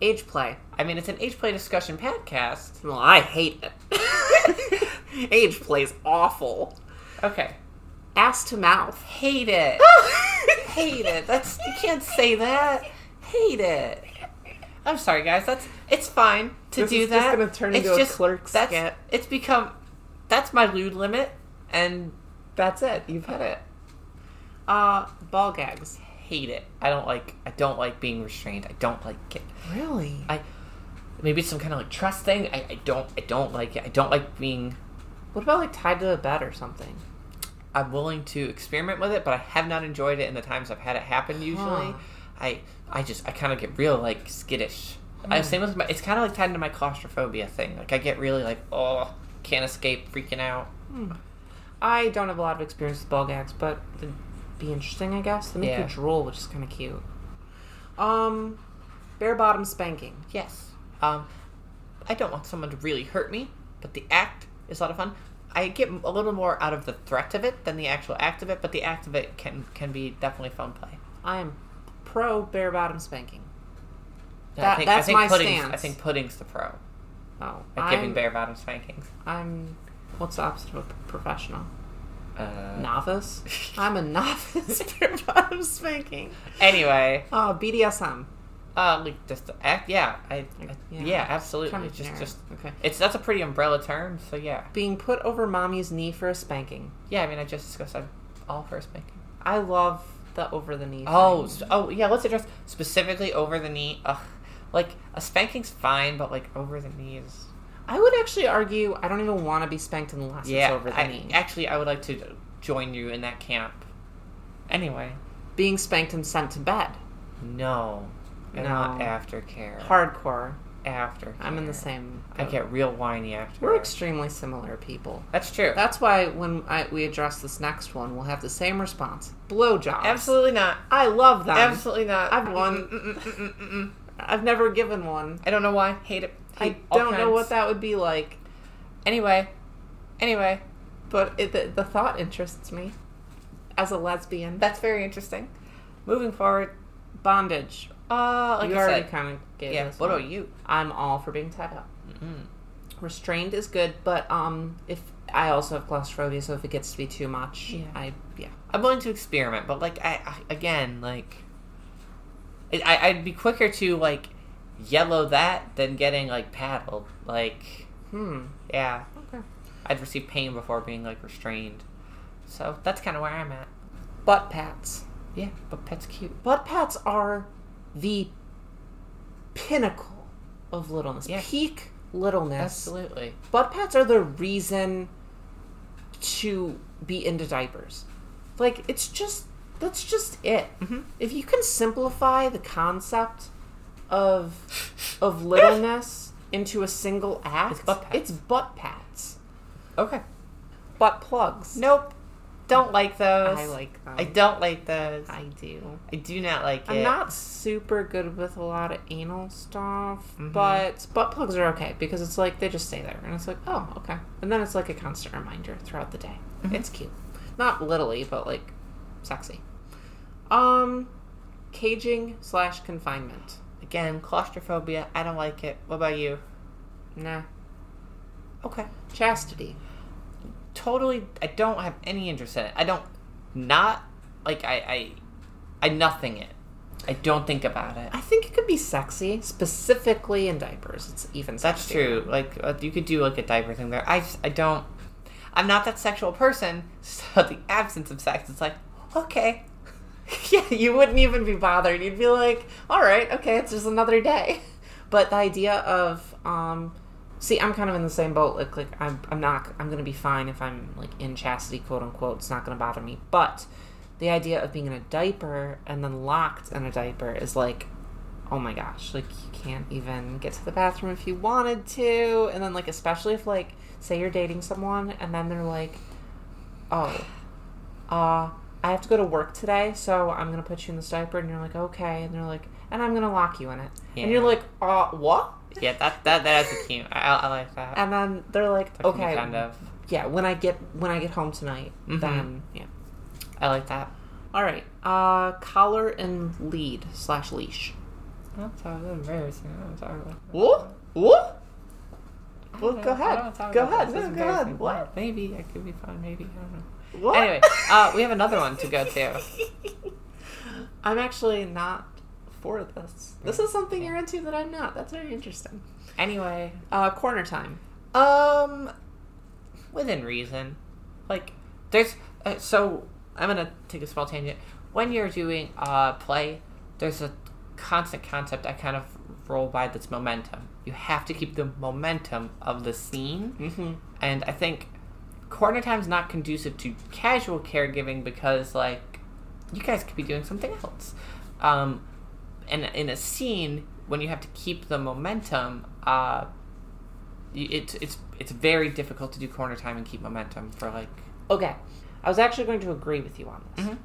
[SPEAKER 1] Age play.
[SPEAKER 3] I mean, it's an H Play discussion podcast.
[SPEAKER 1] Well, I hate it. Age play's awful.
[SPEAKER 3] Okay.
[SPEAKER 1] Ass to mouth.
[SPEAKER 3] Hate it.
[SPEAKER 1] Oh.
[SPEAKER 3] Hate it. That's you can't say that. Hate it. I'm sorry, guys. That's it's fine to
[SPEAKER 1] This
[SPEAKER 3] do
[SPEAKER 1] is just
[SPEAKER 3] that.
[SPEAKER 1] gonna turn
[SPEAKER 3] it's
[SPEAKER 1] into a Clerks
[SPEAKER 3] that's,
[SPEAKER 1] skit.
[SPEAKER 3] It's become that's my lewd limit, and
[SPEAKER 1] That's it. You've hit it. uh, ball gags.
[SPEAKER 3] Hate it. I don't like. I don't like being restrained. I don't like it.
[SPEAKER 1] Really?
[SPEAKER 3] I maybe it's some kind of like trust thing. I, I don't. I don't like it. I don't like being.
[SPEAKER 1] What about like tied to a bed or something?
[SPEAKER 3] I'm willing to experiment with it, but I have not enjoyed it in the times I've had it happen. Usually,
[SPEAKER 1] Huh.
[SPEAKER 3] I I just I kind of get real like skittish. I
[SPEAKER 1] Hmm.
[SPEAKER 3] same with my. It's kind of like tied into my claustrophobia thing. Like I get really like oh can't escape, freaking out.
[SPEAKER 1] I don't have a lot of experience with ball gags, but it'd be interesting, I guess. They make
[SPEAKER 3] Yeah.
[SPEAKER 1] you drool, which is kind of cute. Um, bare bottom spanking.
[SPEAKER 3] Yes. Um, I don't want someone to really hurt me, but the act is a lot of fun. I get a little more out of the threat of it than the actual act of it, but the act of it can can be definitely fun play.
[SPEAKER 1] I am pro bare bottom spanking.
[SPEAKER 3] And
[SPEAKER 1] That- that's my
[SPEAKER 3] pudding's, I
[SPEAKER 1] stance.
[SPEAKER 3] think pudding's the pro
[SPEAKER 1] Oh,
[SPEAKER 3] at
[SPEAKER 1] I'm-
[SPEAKER 3] giving bare bottom spankings.
[SPEAKER 1] I'm. What's the opposite of a p- professional?
[SPEAKER 3] Uh,
[SPEAKER 1] Novice. I'm a novice bare bottom spanking.
[SPEAKER 3] Anyway,
[SPEAKER 1] Oh, BDSM.
[SPEAKER 3] uh, like just the act. Yeah, I, I- yeah.
[SPEAKER 1] Yeah.
[SPEAKER 3] absolutely.
[SPEAKER 1] Kind of
[SPEAKER 3] just
[SPEAKER 1] generic.
[SPEAKER 3] just
[SPEAKER 1] okay.
[SPEAKER 3] it's that's a pretty umbrella term. So yeah,
[SPEAKER 1] Being put over mommy's knee for a spanking.
[SPEAKER 3] yeah. I mean, I just discussed I'm all for a spanking.
[SPEAKER 1] I love the over the knee.
[SPEAKER 3] Oh, s-
[SPEAKER 1] thing.
[SPEAKER 3] oh yeah. Let's address specifically over the knee. Ugh, like a spanking's fine, but like over the knee is.
[SPEAKER 1] I would actually argue I don't even want to be spanked unless
[SPEAKER 3] Yeah,
[SPEAKER 1] it's over the
[SPEAKER 3] I-
[SPEAKER 1] knee.
[SPEAKER 3] actually, I would like to join you in that camp. Anyway,
[SPEAKER 1] Being spanked and sent to bed.
[SPEAKER 3] no, no. not
[SPEAKER 1] No.
[SPEAKER 3] aftercare.
[SPEAKER 1] Hardcore.
[SPEAKER 3] after.
[SPEAKER 1] I'm in the same.
[SPEAKER 3] I
[SPEAKER 1] boat.
[SPEAKER 3] get real whiny after.
[SPEAKER 1] We're extremely similar people.
[SPEAKER 3] That's true.
[SPEAKER 1] That's why when I, we address this next one, we'll have the same response. Blowjobs.
[SPEAKER 3] Absolutely not.
[SPEAKER 1] I love them.
[SPEAKER 3] Absolutely not.
[SPEAKER 1] I've won.
[SPEAKER 3] Mm, mm, mm, mm, mm, mm.
[SPEAKER 1] I've never given one.
[SPEAKER 3] I don't know why. Hate it.
[SPEAKER 1] I
[SPEAKER 3] Hate all
[SPEAKER 1] don't know what
[SPEAKER 3] kinds.
[SPEAKER 1] that would be like,
[SPEAKER 3] Anyway, anyway,
[SPEAKER 1] but it, the, the thought interests me. As a lesbian,
[SPEAKER 3] that's very interesting. Moving forward,
[SPEAKER 1] bondage.
[SPEAKER 3] uh, like
[SPEAKER 1] you
[SPEAKER 3] I
[SPEAKER 1] already
[SPEAKER 3] said,
[SPEAKER 1] kind of gave
[SPEAKER 3] yeah.
[SPEAKER 1] this
[SPEAKER 3] What
[SPEAKER 1] one. Mm-hmm.
[SPEAKER 3] are you?
[SPEAKER 1] I'm all for being tied up.
[SPEAKER 3] Mm.
[SPEAKER 1] Restrained is good, but um, if I also have claustrophobia, so if it gets to be too much,
[SPEAKER 3] Yeah.
[SPEAKER 1] I yeah.
[SPEAKER 3] I'm willing to experiment, but like I, I again, like it, I, I'd be quicker to like yellow that than getting like paddled. Like
[SPEAKER 1] Hmm.
[SPEAKER 3] yeah,
[SPEAKER 1] Okay.
[SPEAKER 3] I'd receive pain before being like restrained. So that's kind of where I'm at.
[SPEAKER 1] Butt pats.
[SPEAKER 3] Yeah, but pets cute.
[SPEAKER 1] Butt pats are the pinnacle of littleness.
[SPEAKER 3] Yeah.
[SPEAKER 1] Peak littleness.
[SPEAKER 3] Absolutely.
[SPEAKER 1] Butt pats are the reason to be into diapers. Like it's just that's just it.
[SPEAKER 3] Mm-hmm.
[SPEAKER 1] If you can simplify the concept of of littleness into a single act,
[SPEAKER 3] It's butt pats.
[SPEAKER 1] It's butt pats.
[SPEAKER 3] Okay.
[SPEAKER 1] Butt plugs.
[SPEAKER 3] Nope. Don't like those.
[SPEAKER 1] I like them.
[SPEAKER 3] I don't like those. I,
[SPEAKER 1] I do.
[SPEAKER 3] do not like it.
[SPEAKER 1] I'm not super good with a lot of anal stuff, but butt plugs are okay because it's like they just stay there and it's like, oh, okay. And then it's like a constant reminder throughout the day. It's cute. Not literally, but like sexy. Um caging slash confinement.
[SPEAKER 3] Again, claustrophobia. I don't like it. What about you?
[SPEAKER 1] Nah.
[SPEAKER 3] Okay.
[SPEAKER 1] Chastity.
[SPEAKER 3] Totally. I don't have any interest in it. I don't. Not like I. I, I nothing it. I don't think about it.
[SPEAKER 1] I think it could be sexy, specifically in diapers. It's even
[SPEAKER 3] That's
[SPEAKER 1] sexier.
[SPEAKER 3] true. Like uh, you could do like a diaper thing there. I just, I don't. I'm not that sexual person, so the absence of sex, it's like okay.
[SPEAKER 1] yeah, you wouldn't even be bothered. You'd be like, all right, okay, it's just another day. But the idea of, um, see, I'm kind of in the same boat. Like, like I'm, I'm not, I'm going to be fine if I'm like in chastity, quote unquote. It's not going to bother me. But the idea of being in a diaper and then locked in a diaper is like, oh my gosh, like you can't even get to the bathroom if you wanted to. And then, like, especially if, like, say you're dating someone and then they're like, oh, uh, I have to go to work today, so I'm gonna put you in this diaper, and you're like, okay, and they're like, and I'm gonna lock you in it, and you're
[SPEAKER 3] Yeah.
[SPEAKER 1] like, uh, what?
[SPEAKER 3] Yeah, that that that's a cute. I, I like that.
[SPEAKER 1] And then they're like,
[SPEAKER 3] That can be
[SPEAKER 1] okay,
[SPEAKER 3] Kind of.
[SPEAKER 1] yeah, when I get when I get home tonight,
[SPEAKER 3] Mhm.
[SPEAKER 1] then yeah,
[SPEAKER 3] I like that.
[SPEAKER 1] all right, uh, collar and lead slash leash.
[SPEAKER 3] That's all I'm embarrassing. I'm sorry.
[SPEAKER 1] What? What? Well, go ahead, go ahead,
[SPEAKER 3] This is
[SPEAKER 1] no, go ahead.
[SPEAKER 3] embarrassing.
[SPEAKER 1] What?
[SPEAKER 3] Maybe I could be fine. Maybe I don't know.
[SPEAKER 1] What?
[SPEAKER 3] Anyway, uh, we have another one to go to.
[SPEAKER 1] I'm actually not for this. This is something you're into that I'm not. That's very interesting.
[SPEAKER 3] Anyway,
[SPEAKER 1] Uh, corner time.
[SPEAKER 3] um, within reason, like there's uh, so I'm gonna take a small tangent. When you're doing uh, play, there's a constant concept I kind of roll by that's momentum. You have to keep the momentum of the scene,
[SPEAKER 1] Mm-hmm.
[SPEAKER 3] and I think corner time's not conducive to casual caregiving because like you guys could be doing something else. Um, and in a scene, when you have to keep the momentum, uh, y- it's it's it's very difficult to do corner time and keep momentum for like
[SPEAKER 1] Okay. I was actually going to agree with you on this
[SPEAKER 3] Mhm.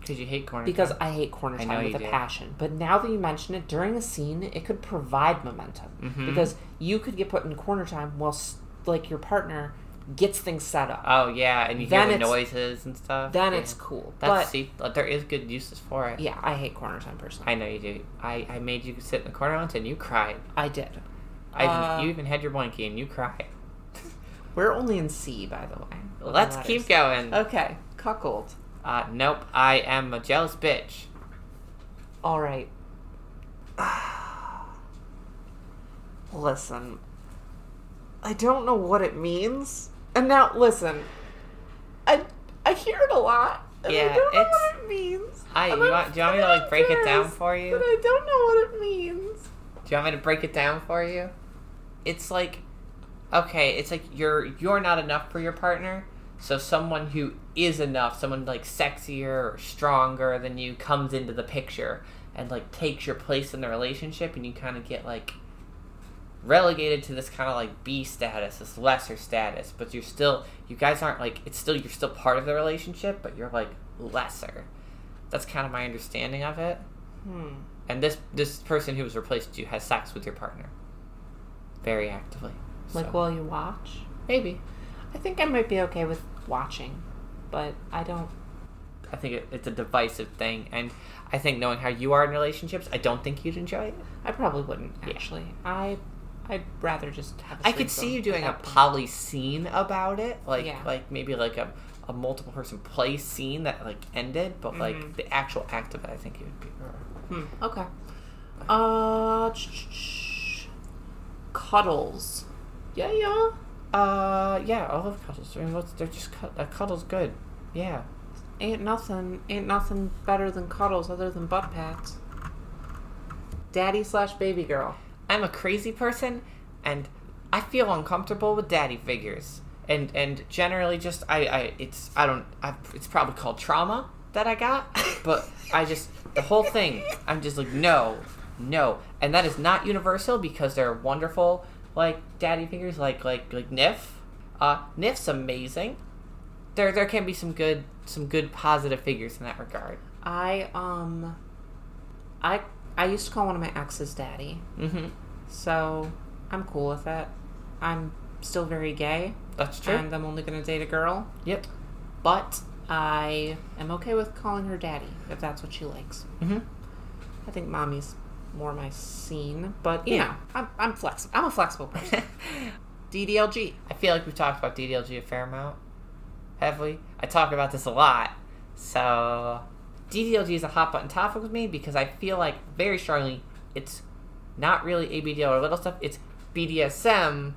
[SPEAKER 3] because you hate corner
[SPEAKER 1] because
[SPEAKER 3] time.
[SPEAKER 1] I hate corner
[SPEAKER 3] I
[SPEAKER 1] time
[SPEAKER 3] know
[SPEAKER 1] with
[SPEAKER 3] you
[SPEAKER 1] a
[SPEAKER 3] do.
[SPEAKER 1] passion. But now that you mention it, during a scene, it could provide momentum
[SPEAKER 3] Mhm.
[SPEAKER 1] because you could get put in corner time while, s- like, your partner gets things set up.
[SPEAKER 3] Oh yeah, and you
[SPEAKER 1] Then
[SPEAKER 3] hear the
[SPEAKER 1] it's-
[SPEAKER 3] noises and stuff.
[SPEAKER 1] then
[SPEAKER 3] yeah.
[SPEAKER 1] it's cool.
[SPEAKER 3] that's
[SPEAKER 1] but
[SPEAKER 3] see, uh, there is good uses for it.
[SPEAKER 1] yeah, I hate corner time personally.
[SPEAKER 3] I know you do. I, I made you sit in the corner once and you cried.
[SPEAKER 1] I, did.
[SPEAKER 3] I
[SPEAKER 1] Uh,
[SPEAKER 3] even, you even had your blankie and you cried.
[SPEAKER 1] We're only in C, by the way.
[SPEAKER 3] Let's
[SPEAKER 1] That
[SPEAKER 3] keep
[SPEAKER 1] is-
[SPEAKER 3] going.
[SPEAKER 1] Okay, cuckold.
[SPEAKER 3] Uh, nope, I am a jealous bitch.
[SPEAKER 1] All right. listen, I don't know what it means. And now, listen, I I hear it a lot. And
[SPEAKER 3] Yeah,
[SPEAKER 1] I don't know
[SPEAKER 3] it's-
[SPEAKER 1] what it means.
[SPEAKER 3] I
[SPEAKER 1] And
[SPEAKER 3] you
[SPEAKER 1] I'm
[SPEAKER 3] want, do you want me to like break it down
[SPEAKER 1] embarrassed
[SPEAKER 3] for you?
[SPEAKER 1] But I don't know what it means.
[SPEAKER 3] Do you want me to break it down for you? It's like okay, it's like you're you're not enough for your partner. So someone who is enough, someone like sexier or stronger than you comes into the picture and like takes your place in the relationship and you kind of get like relegated to this kind of like B status, this lesser status, but you're still you guys aren't like it's still you're still part of the relationship, but you're like lesser. That's kind of my understanding of it
[SPEAKER 1] Hmm.
[SPEAKER 3] and this this person who was replaced you has sex with your partner very actively
[SPEAKER 1] Like
[SPEAKER 3] So,
[SPEAKER 1] while you watch,
[SPEAKER 3] maybe
[SPEAKER 1] I think I might be okay with watching, but I don't.
[SPEAKER 3] i think it, it's a divisive thing and i think knowing how you are in relationships i don't think you'd enjoy it
[SPEAKER 1] I probably wouldn't
[SPEAKER 3] Yeah.
[SPEAKER 1] actually. I I'd rather just have. a
[SPEAKER 3] i could
[SPEAKER 1] threesome
[SPEAKER 3] see you
[SPEAKER 1] at
[SPEAKER 3] doing a
[SPEAKER 1] that point.
[SPEAKER 3] poly scene about it like
[SPEAKER 1] Yeah.
[SPEAKER 3] like maybe like a, a multiple person play scene that like ended but like
[SPEAKER 1] Mhm.
[SPEAKER 3] the actual act of it i think you would be
[SPEAKER 1] Hmm. Okay. Uh, ch- ch- ch- cuddles. Yeah, yeah.
[SPEAKER 3] uh yeah i love cuddles i mean what's they're just cud- a cuddles good yeah
[SPEAKER 1] Ain't nothing. Ain't nothing better than cuddles other than butt pats. Daddy slash baby girl.
[SPEAKER 3] I'm a crazy person and I feel uncomfortable with daddy figures. And and generally just I, I it's I don't I, it's probably called trauma that I got, but I just the whole thing I'm just like no, no. And that is not universal because there are wonderful like daddy figures like like like Nif. Uh Nif's amazing. There there can be some good some good positive figures in that regard.
[SPEAKER 1] I um. I I used to call one of my exes daddy,
[SPEAKER 3] Mhm.
[SPEAKER 1] so I'm cool with it. I'm still very gay,
[SPEAKER 3] That's true.
[SPEAKER 1] and uh, I'm only gonna date a girl,
[SPEAKER 3] yep.
[SPEAKER 1] but I am okay with calling her daddy if that's what she likes.
[SPEAKER 3] Mhm.
[SPEAKER 1] I think mommy's more my scene, but you
[SPEAKER 3] Yeah.
[SPEAKER 1] know, I'm I'm flexible. I'm a flexible person.
[SPEAKER 3] Mm-hmm.
[SPEAKER 1] DDLG.
[SPEAKER 3] I feel like we've talked about DDLG a fair amount. Have we? I talk about this a lot. So, DDLG is a hot button topic with me because I feel like very strongly it's not really ABDL or little stuff, it's BDSM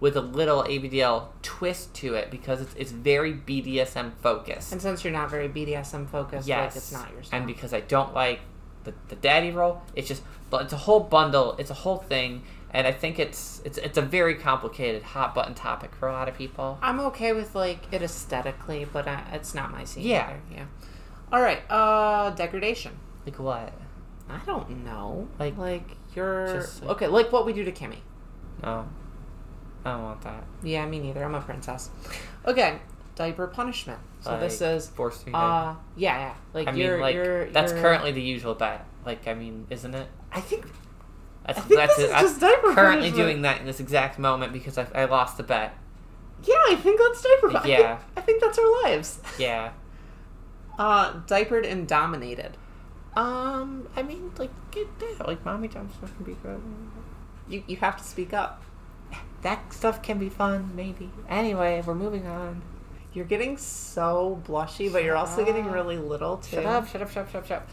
[SPEAKER 3] with a little ABDL twist to it because it's, it's very BDSM focused.
[SPEAKER 1] And since you're not very BDSM focused,
[SPEAKER 3] yes.
[SPEAKER 1] like it's not your style.
[SPEAKER 3] and because I don't like the, the daddy role, it's just, but it's a whole bundle, it's a whole thing. And I think it's it's it's a very complicated hot button topic for a lot of people.
[SPEAKER 1] I'm okay with like it aesthetically, but I, it's not my scene.
[SPEAKER 3] Yeah.
[SPEAKER 1] either. yeah. All right. Uh, degradation.
[SPEAKER 3] Like what?
[SPEAKER 1] I don't know.
[SPEAKER 3] Like-
[SPEAKER 1] like you're
[SPEAKER 3] Just, like-
[SPEAKER 1] okay. Like what we do to Kimmy.
[SPEAKER 3] No. I don't want that.
[SPEAKER 1] Yeah, me neither. I'm a princess. Okay. Diaper punishment. So this
[SPEAKER 3] Like,
[SPEAKER 1] is.
[SPEAKER 3] Forced feeding.
[SPEAKER 1] Uh, yeah, yeah. Like
[SPEAKER 3] I
[SPEAKER 1] you're,
[SPEAKER 3] mean, like
[SPEAKER 1] you're.
[SPEAKER 3] that's
[SPEAKER 1] you're-
[SPEAKER 3] currently the usual diet. Like, I mean, isn't it?
[SPEAKER 1] I think.
[SPEAKER 3] That's
[SPEAKER 1] I think
[SPEAKER 3] that's,
[SPEAKER 1] this is
[SPEAKER 3] that's
[SPEAKER 1] just diaper
[SPEAKER 3] currently
[SPEAKER 1] punishment.
[SPEAKER 3] doing that in this exact moment because I, I lost the bet.
[SPEAKER 1] Yeah, I think that's diaper. I think-
[SPEAKER 3] Yeah.
[SPEAKER 1] I think that's our lives.
[SPEAKER 3] Yeah.
[SPEAKER 1] Uh, diapered and dominated.
[SPEAKER 3] Um, I mean, like, get that. Like, mommy jump stuff can be good.
[SPEAKER 1] You, you have to speak up.
[SPEAKER 3] That stuff can be fun, maybe. Anyway, we're moving on.
[SPEAKER 1] You're getting so blushy, but you're also getting really little too.
[SPEAKER 3] Shut up, shut up, shut up, shut up, shut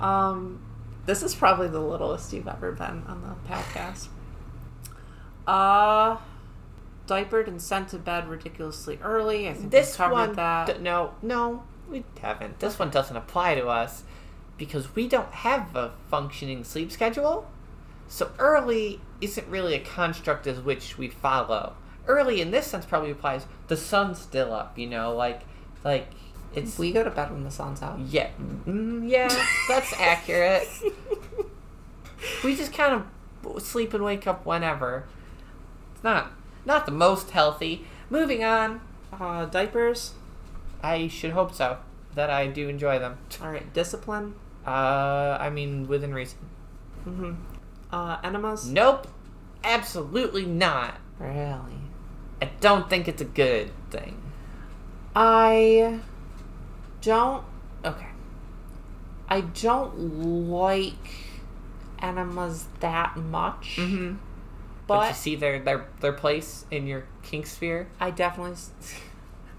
[SPEAKER 3] up.
[SPEAKER 1] Um, this is probably the littlest you've ever been on the podcast. Uh, diapered and sent to bed ridiculously early. I think we
[SPEAKER 3] This
[SPEAKER 1] covered
[SPEAKER 3] one.
[SPEAKER 1] that.
[SPEAKER 3] d- no, no, we haven't. This one doesn't apply to us because we don't have a functioning sleep schedule. So early isn't really a construct as which we follow. Early in this sense probably applies the sun's still up, you know, like like it's
[SPEAKER 1] We go to bed when the sun's out.
[SPEAKER 3] yeah, mm, yeah, that's accurate. We just kind of sleep and wake up whenever. It's not not the most healthy. Moving on.
[SPEAKER 1] Uh, diapers.
[SPEAKER 3] I should hope so. That I do enjoy them.
[SPEAKER 1] All right. Discipline.
[SPEAKER 3] Uh, I mean, within reason.
[SPEAKER 1] Mm-hmm. Uh, enemas.
[SPEAKER 3] Nope. Absolutely not.
[SPEAKER 1] Really.
[SPEAKER 3] I don't think it's a good thing.
[SPEAKER 1] I don't. Okay. I don't like enemas that much,
[SPEAKER 3] Mm-hmm. But, you
[SPEAKER 1] but
[SPEAKER 3] see their their their place in your kink sphere.
[SPEAKER 1] I definitely. s-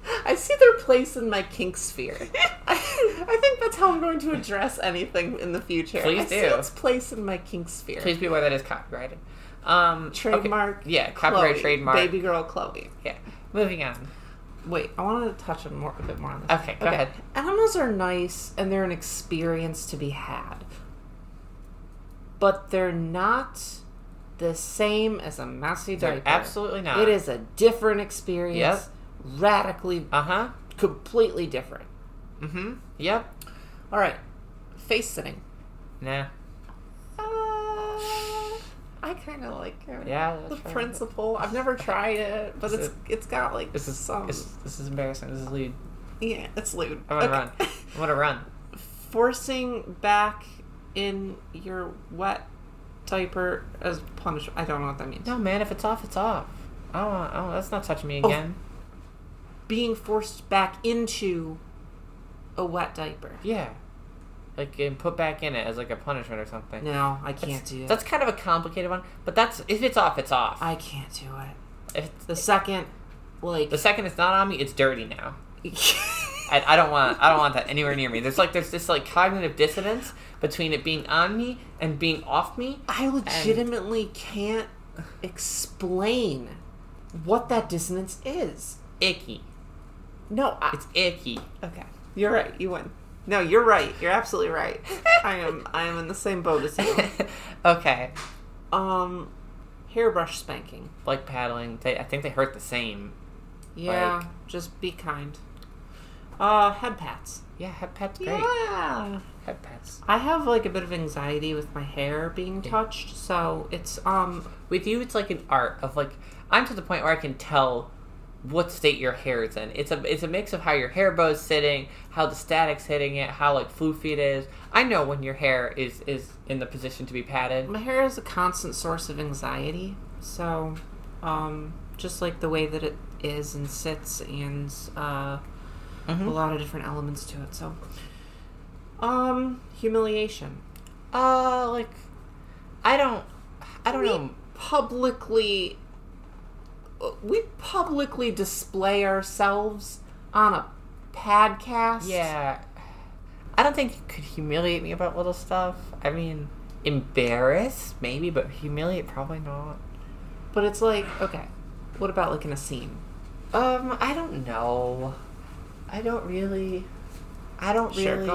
[SPEAKER 1] I see their place in my kink sphere. I, I think that's how I'm going to address anything in the future.
[SPEAKER 3] Please
[SPEAKER 1] I See
[SPEAKER 3] do.
[SPEAKER 1] its place in my kink sphere.
[SPEAKER 3] Please be aware that is copyrighted. Um, okay.
[SPEAKER 1] Trademark.
[SPEAKER 3] Yeah, copyright
[SPEAKER 1] Chloe,
[SPEAKER 3] trademark.
[SPEAKER 1] Baby girl Chloe.
[SPEAKER 3] Yeah. Moving on.
[SPEAKER 1] Wait, I wanted to touch on more a bit more on this.
[SPEAKER 3] Okay, go ahead.
[SPEAKER 1] Animals are nice and they're an experience to be had. But they're not the same as a messy
[SPEAKER 3] They're
[SPEAKER 1] diaper.
[SPEAKER 3] absolutely not.
[SPEAKER 1] It is a different experience.
[SPEAKER 3] Yep.
[SPEAKER 1] Radically
[SPEAKER 3] Uh huh.
[SPEAKER 1] completely different.
[SPEAKER 3] Mm-hmm. Yep.
[SPEAKER 1] All right. Face sitting.
[SPEAKER 3] Nah.
[SPEAKER 1] Uh, I kind of like it.
[SPEAKER 3] Yeah.
[SPEAKER 1] The
[SPEAKER 3] that's right.
[SPEAKER 1] principle. I've never tried it, but
[SPEAKER 3] Is
[SPEAKER 1] it's it's got like
[SPEAKER 3] This is
[SPEAKER 1] some
[SPEAKER 3] this, this is embarrassing. This is lewd.
[SPEAKER 1] yeah, it's lewd.
[SPEAKER 3] I'm gonna run. I'm gonna run.
[SPEAKER 1] forcing back in your wet diaper as punishment. I don't know what that means.
[SPEAKER 3] No, man. If it's off, it's off. I don't. Want, I don't that's not touching me
[SPEAKER 1] Oh.
[SPEAKER 3] again.
[SPEAKER 1] Being forced back into a wet diaper.
[SPEAKER 3] Yeah. Like and put back in it as like a punishment or something.
[SPEAKER 1] No, I
[SPEAKER 3] That's-
[SPEAKER 1] can't do it.
[SPEAKER 3] That's kind of a complicated one, but that's if it's off, it's off.
[SPEAKER 1] I can't do it.
[SPEAKER 3] if it's,
[SPEAKER 1] The second, like,
[SPEAKER 3] the second it's not on me, it's dirty now. I, I don't want I don't want that anywhere near me. There's like there's this like cognitive dissonance between it being on me and being off me.
[SPEAKER 1] I legitimately can't explain what that dissonance is.
[SPEAKER 3] Icky.
[SPEAKER 1] No, I,
[SPEAKER 3] It's icky.
[SPEAKER 1] okay. You're right. You win. No, you're right. You're absolutely right. I am. I am in the same boat as you.
[SPEAKER 3] okay.
[SPEAKER 1] Um, hairbrush spanking.
[SPEAKER 3] Like paddling, they I think they hurt the same.
[SPEAKER 1] Yeah, just be kind. Uh, head pats.
[SPEAKER 3] Yeah, head pat's great.
[SPEAKER 1] Yeah.
[SPEAKER 3] Head pats.
[SPEAKER 1] I have like a bit of anxiety with my hair being touched, so it's um
[SPEAKER 3] With you, it's like an art of like I'm to the point where I can tell what state your hair is in. It's a it's a mix of how your hair bow's sitting, how the static's hitting it, how like floofy it is. I know when your hair is is in the position to be patted.
[SPEAKER 1] my hair is a constant source of anxiety. So, um, just like the way that it is and sits and uh, a
[SPEAKER 3] Mhm.
[SPEAKER 1] lot of different elements to it. So, um, humiliation.
[SPEAKER 3] Uh, like I don't I don't
[SPEAKER 1] we
[SPEAKER 3] know.
[SPEAKER 1] publicly we publicly display ourselves on a podcast.
[SPEAKER 3] Yeah. I don't think you could humiliate me about little stuff. I mean, embarrass maybe, but humiliate probably not.
[SPEAKER 1] But it's like, okay, what about like in a scene?
[SPEAKER 3] Um, I don't know. I don't really. I don't really.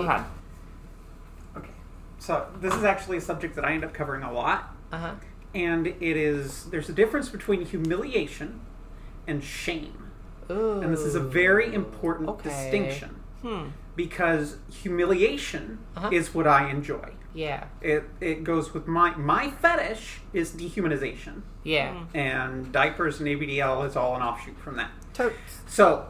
[SPEAKER 2] Okay. So this is actually a subject that I end up covering a lot,
[SPEAKER 3] Uh huh.
[SPEAKER 2] and it is there's a difference between humiliation and shame,
[SPEAKER 3] Ooh.
[SPEAKER 2] and this is a very important
[SPEAKER 3] Okay.
[SPEAKER 2] distinction
[SPEAKER 1] Hmm.
[SPEAKER 2] because humiliation
[SPEAKER 3] Uh-huh.
[SPEAKER 2] is what I enjoy.
[SPEAKER 3] Yeah.
[SPEAKER 2] It it goes with my my fetish is dehumanization,
[SPEAKER 3] Yeah.
[SPEAKER 2] and diapers and ABDL is all an offshoot from that.
[SPEAKER 3] Totes.
[SPEAKER 2] So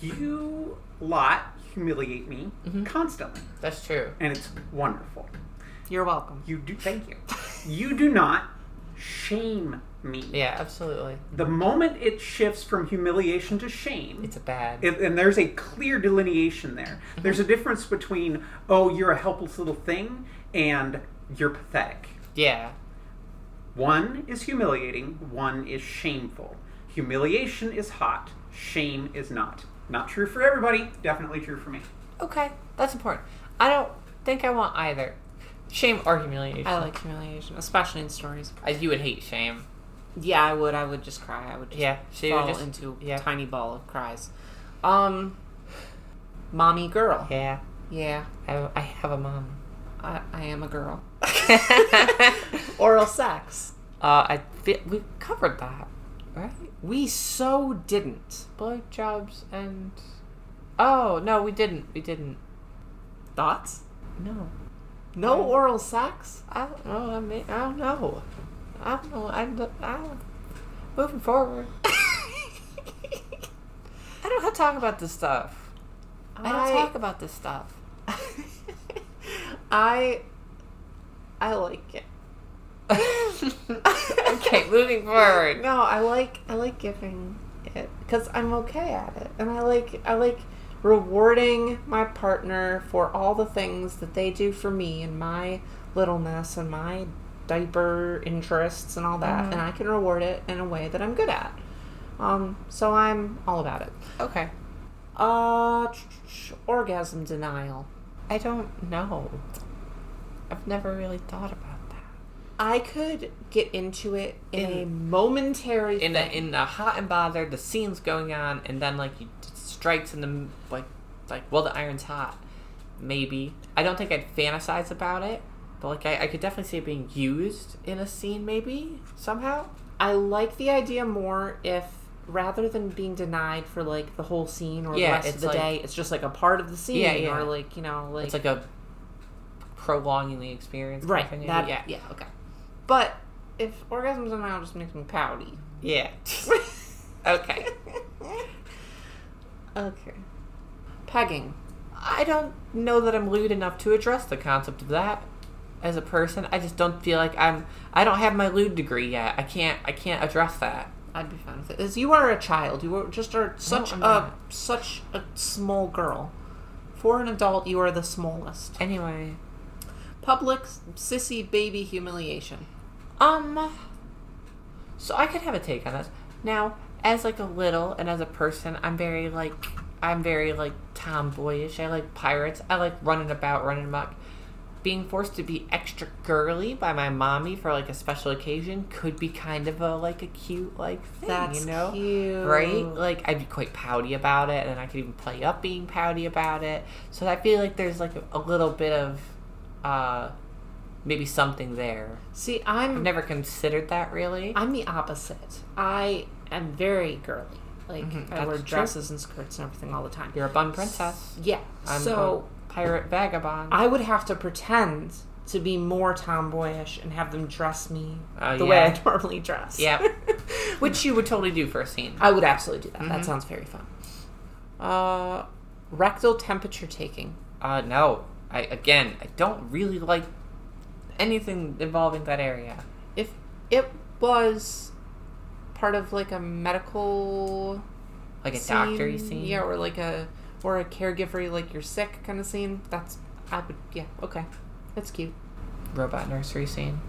[SPEAKER 2] you lot humiliate me
[SPEAKER 3] Mm-hmm.
[SPEAKER 2] constantly,
[SPEAKER 3] That's true.
[SPEAKER 2] and it's wonderful.
[SPEAKER 1] You're welcome.
[SPEAKER 2] You do. Thank you. You do not shame me.
[SPEAKER 3] Yeah, absolutely.
[SPEAKER 2] The moment it shifts from humiliation to shame,
[SPEAKER 3] It's a bad.
[SPEAKER 2] it, and there's a clear delineation there. There's a difference between oh, you're a helpless little thing, and you're pathetic.
[SPEAKER 3] yeah.
[SPEAKER 2] One is humiliating. One is shameful. Humiliation is hot. Shame is not. Not true for everybody. Definitely true for me.
[SPEAKER 3] Okay, that's important. I don't think I want either shame or humiliation.
[SPEAKER 1] I like humiliation, especially in stories.
[SPEAKER 3] I, you would hate shame.
[SPEAKER 1] Yeah, I would. I would just cry. I would just
[SPEAKER 3] Yeah, so you
[SPEAKER 1] fall
[SPEAKER 3] just
[SPEAKER 1] into a
[SPEAKER 3] yeah.
[SPEAKER 1] tiny ball of cries. Um, mommy girl.
[SPEAKER 3] Yeah,
[SPEAKER 1] Yeah,
[SPEAKER 3] I, I have a mom.
[SPEAKER 1] I, I am a girl.
[SPEAKER 3] uh,
[SPEAKER 1] Oral sex.
[SPEAKER 3] I fe- we covered that, right?
[SPEAKER 1] We so didn't.
[SPEAKER 3] Blowjobs and oh no, we didn't. We didn't.
[SPEAKER 1] Thoughts?
[SPEAKER 3] No,
[SPEAKER 1] No oral sex?
[SPEAKER 3] I don't know. I mean, I don't know. I don't know. I don't. I don't moving forward. I don't have to talk about this stuff. I don't talk about this stuff.
[SPEAKER 1] I I like it.
[SPEAKER 3] okay, moving forward.
[SPEAKER 1] No, I like I like giving it because I'm okay at it, and I like I like rewarding my partner for all the things that they do for me and my littleness and my diaper interests and all that, and I can reward it in a way that I'm good at. Um, so I'm all about it.
[SPEAKER 3] Okay.
[SPEAKER 1] Uh, ch- ch- orgasm denial.
[SPEAKER 3] I don't know. I've never really thought about that.
[SPEAKER 1] I could get into it in, a
[SPEAKER 3] In-
[SPEAKER 1] momentary
[SPEAKER 3] In a,
[SPEAKER 1] thing.
[SPEAKER 3] in a hot and bothered, the scene's going on, and then like you it strikes in the m- like like well the iron's hot. Maybe I don't think I'd fantasize about it, but like I, I could definitely see it being used in a scene maybe somehow.
[SPEAKER 1] I like the idea more if rather than being denied for like the whole scene or
[SPEAKER 3] Yeah,
[SPEAKER 1] the rest
[SPEAKER 3] it's
[SPEAKER 1] of the
[SPEAKER 3] like-
[SPEAKER 1] day, it's just like a part of the scene
[SPEAKER 3] Yeah, yeah.
[SPEAKER 1] or like, you know, like,
[SPEAKER 3] It's like a prolonging the experience. kind of
[SPEAKER 1] right.
[SPEAKER 3] thing.
[SPEAKER 1] That,
[SPEAKER 3] yeah.
[SPEAKER 1] yeah. okay. But if orgasms and now just makes me pouty.
[SPEAKER 3] Yeah. okay.
[SPEAKER 1] okay. Pegging.
[SPEAKER 3] I don't know that I'm lewd enough to address the concept of that as a person. I just don't feel like I'm. I don't have my lewd degree yet. I can't. I can't address that.
[SPEAKER 1] I'd be fine with it. Is you are a child. You are just are such
[SPEAKER 3] I'm
[SPEAKER 1] a
[SPEAKER 3] not.
[SPEAKER 1] such a small girl. For an adult, you are the smallest.
[SPEAKER 3] Anyway,
[SPEAKER 1] Public sissy baby humiliation.
[SPEAKER 3] um, so I could have a take on this now. As like a little and as a person, I'm very like, I'm very like tomboyish. I like pirates. I like running about, running amok. Being forced to be extra girly by my mommy for like a special occasion could be kind of a like a cute like thing,
[SPEAKER 1] That's
[SPEAKER 3] you know?
[SPEAKER 1] cute.
[SPEAKER 3] right? Like I'd be quite pouty about it, and I could even play up being pouty about it. So I feel like there's like a, a little bit of uh, maybe something there.
[SPEAKER 1] See,
[SPEAKER 3] I've
[SPEAKER 1] I'm
[SPEAKER 3] never considered that really.
[SPEAKER 1] I'm the opposite. I am very girly. Like
[SPEAKER 3] Mhm,
[SPEAKER 1] I wear
[SPEAKER 3] that's true.
[SPEAKER 1] dresses and skirts and everything all the time.
[SPEAKER 3] You're a bun princess.
[SPEAKER 1] Yeah.
[SPEAKER 3] I'm
[SPEAKER 1] so
[SPEAKER 3] a pirate vagabond.
[SPEAKER 1] I would have to pretend to be more tomboyish and have them dress me
[SPEAKER 3] Oh,
[SPEAKER 1] the way
[SPEAKER 3] yeah.
[SPEAKER 1] I normally dress.
[SPEAKER 3] Yep. Which you would totally do for a scene.
[SPEAKER 1] I would absolutely do that.
[SPEAKER 3] Mm-hmm.
[SPEAKER 1] That sounds very fun. Uh, rectal temperature taking.
[SPEAKER 3] Uh, no. I again, I don't really like anything involving that area.
[SPEAKER 1] If it was part of like a medical
[SPEAKER 3] Like a
[SPEAKER 1] scene,
[SPEAKER 3] doctor scene.
[SPEAKER 1] yeah, or like a or a caregiver like you're sick kind of scene. That's I would yeah okay, that's cute.
[SPEAKER 3] Robot nursery scene.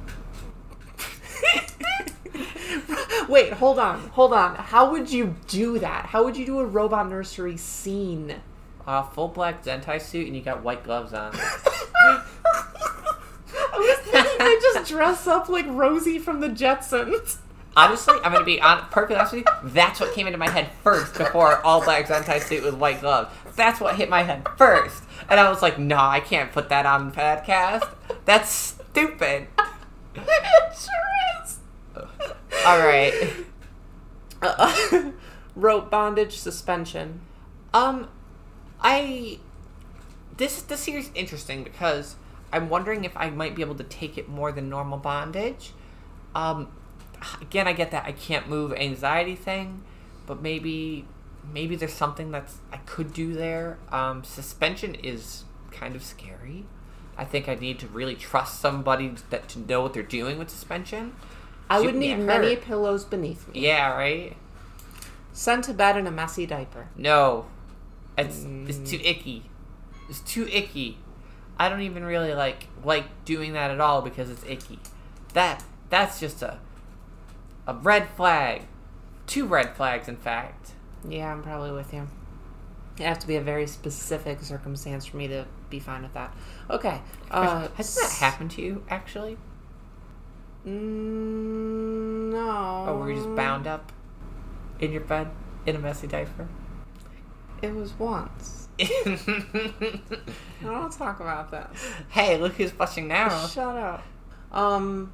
[SPEAKER 1] Wait, hold on, hold on. How would you do that? How would you do a robot nursery scene?
[SPEAKER 3] Uh, full black zentai suit, and you got white gloves on.
[SPEAKER 1] I was thinking they just dress up like Rosie from the Jetsons.
[SPEAKER 3] Honestly, I'm gonna be on perfectly honest with you. That's what came into my head first before all black zentai suit with white gloves. That's what hit my head first, and I was like, "No, I can't put that on podcast. That's stupid."
[SPEAKER 1] it sure is.
[SPEAKER 3] All right.
[SPEAKER 1] Uh, rope bondage suspension.
[SPEAKER 3] Um, I this this series is interesting because I'm wondering if I might be able to take it more than normal bondage. Um, again, I get that I can't move anxiety thing, but maybe maybe there's something that's I could do there. Um, suspension is kind of scary. I think I need to really trust somebody that to know what they're doing with suspension.
[SPEAKER 1] I
[SPEAKER 3] She
[SPEAKER 1] would
[SPEAKER 3] would get
[SPEAKER 1] need many
[SPEAKER 3] hurt.
[SPEAKER 1] pillows beneath me.
[SPEAKER 3] Yeah, right.
[SPEAKER 1] Sent to bed in a messy diaper.
[SPEAKER 3] No, it's it's too icky. It's too icky. I don't even really like like doing that at all because it's icky. That that's just a a red flag. Two red flags, in fact.
[SPEAKER 1] Yeah, I'm probably with you. It has to be a very specific circumstance for me to be fine with that. Okay. Uh,
[SPEAKER 3] Has that happened to you actually?
[SPEAKER 1] Mm, no.
[SPEAKER 3] Or Oh, were you just bound up in your bed in a messy diaper?
[SPEAKER 1] It was once. I don't want to talk about that.
[SPEAKER 3] hey, look who's flushing now.
[SPEAKER 1] Shut up. Um,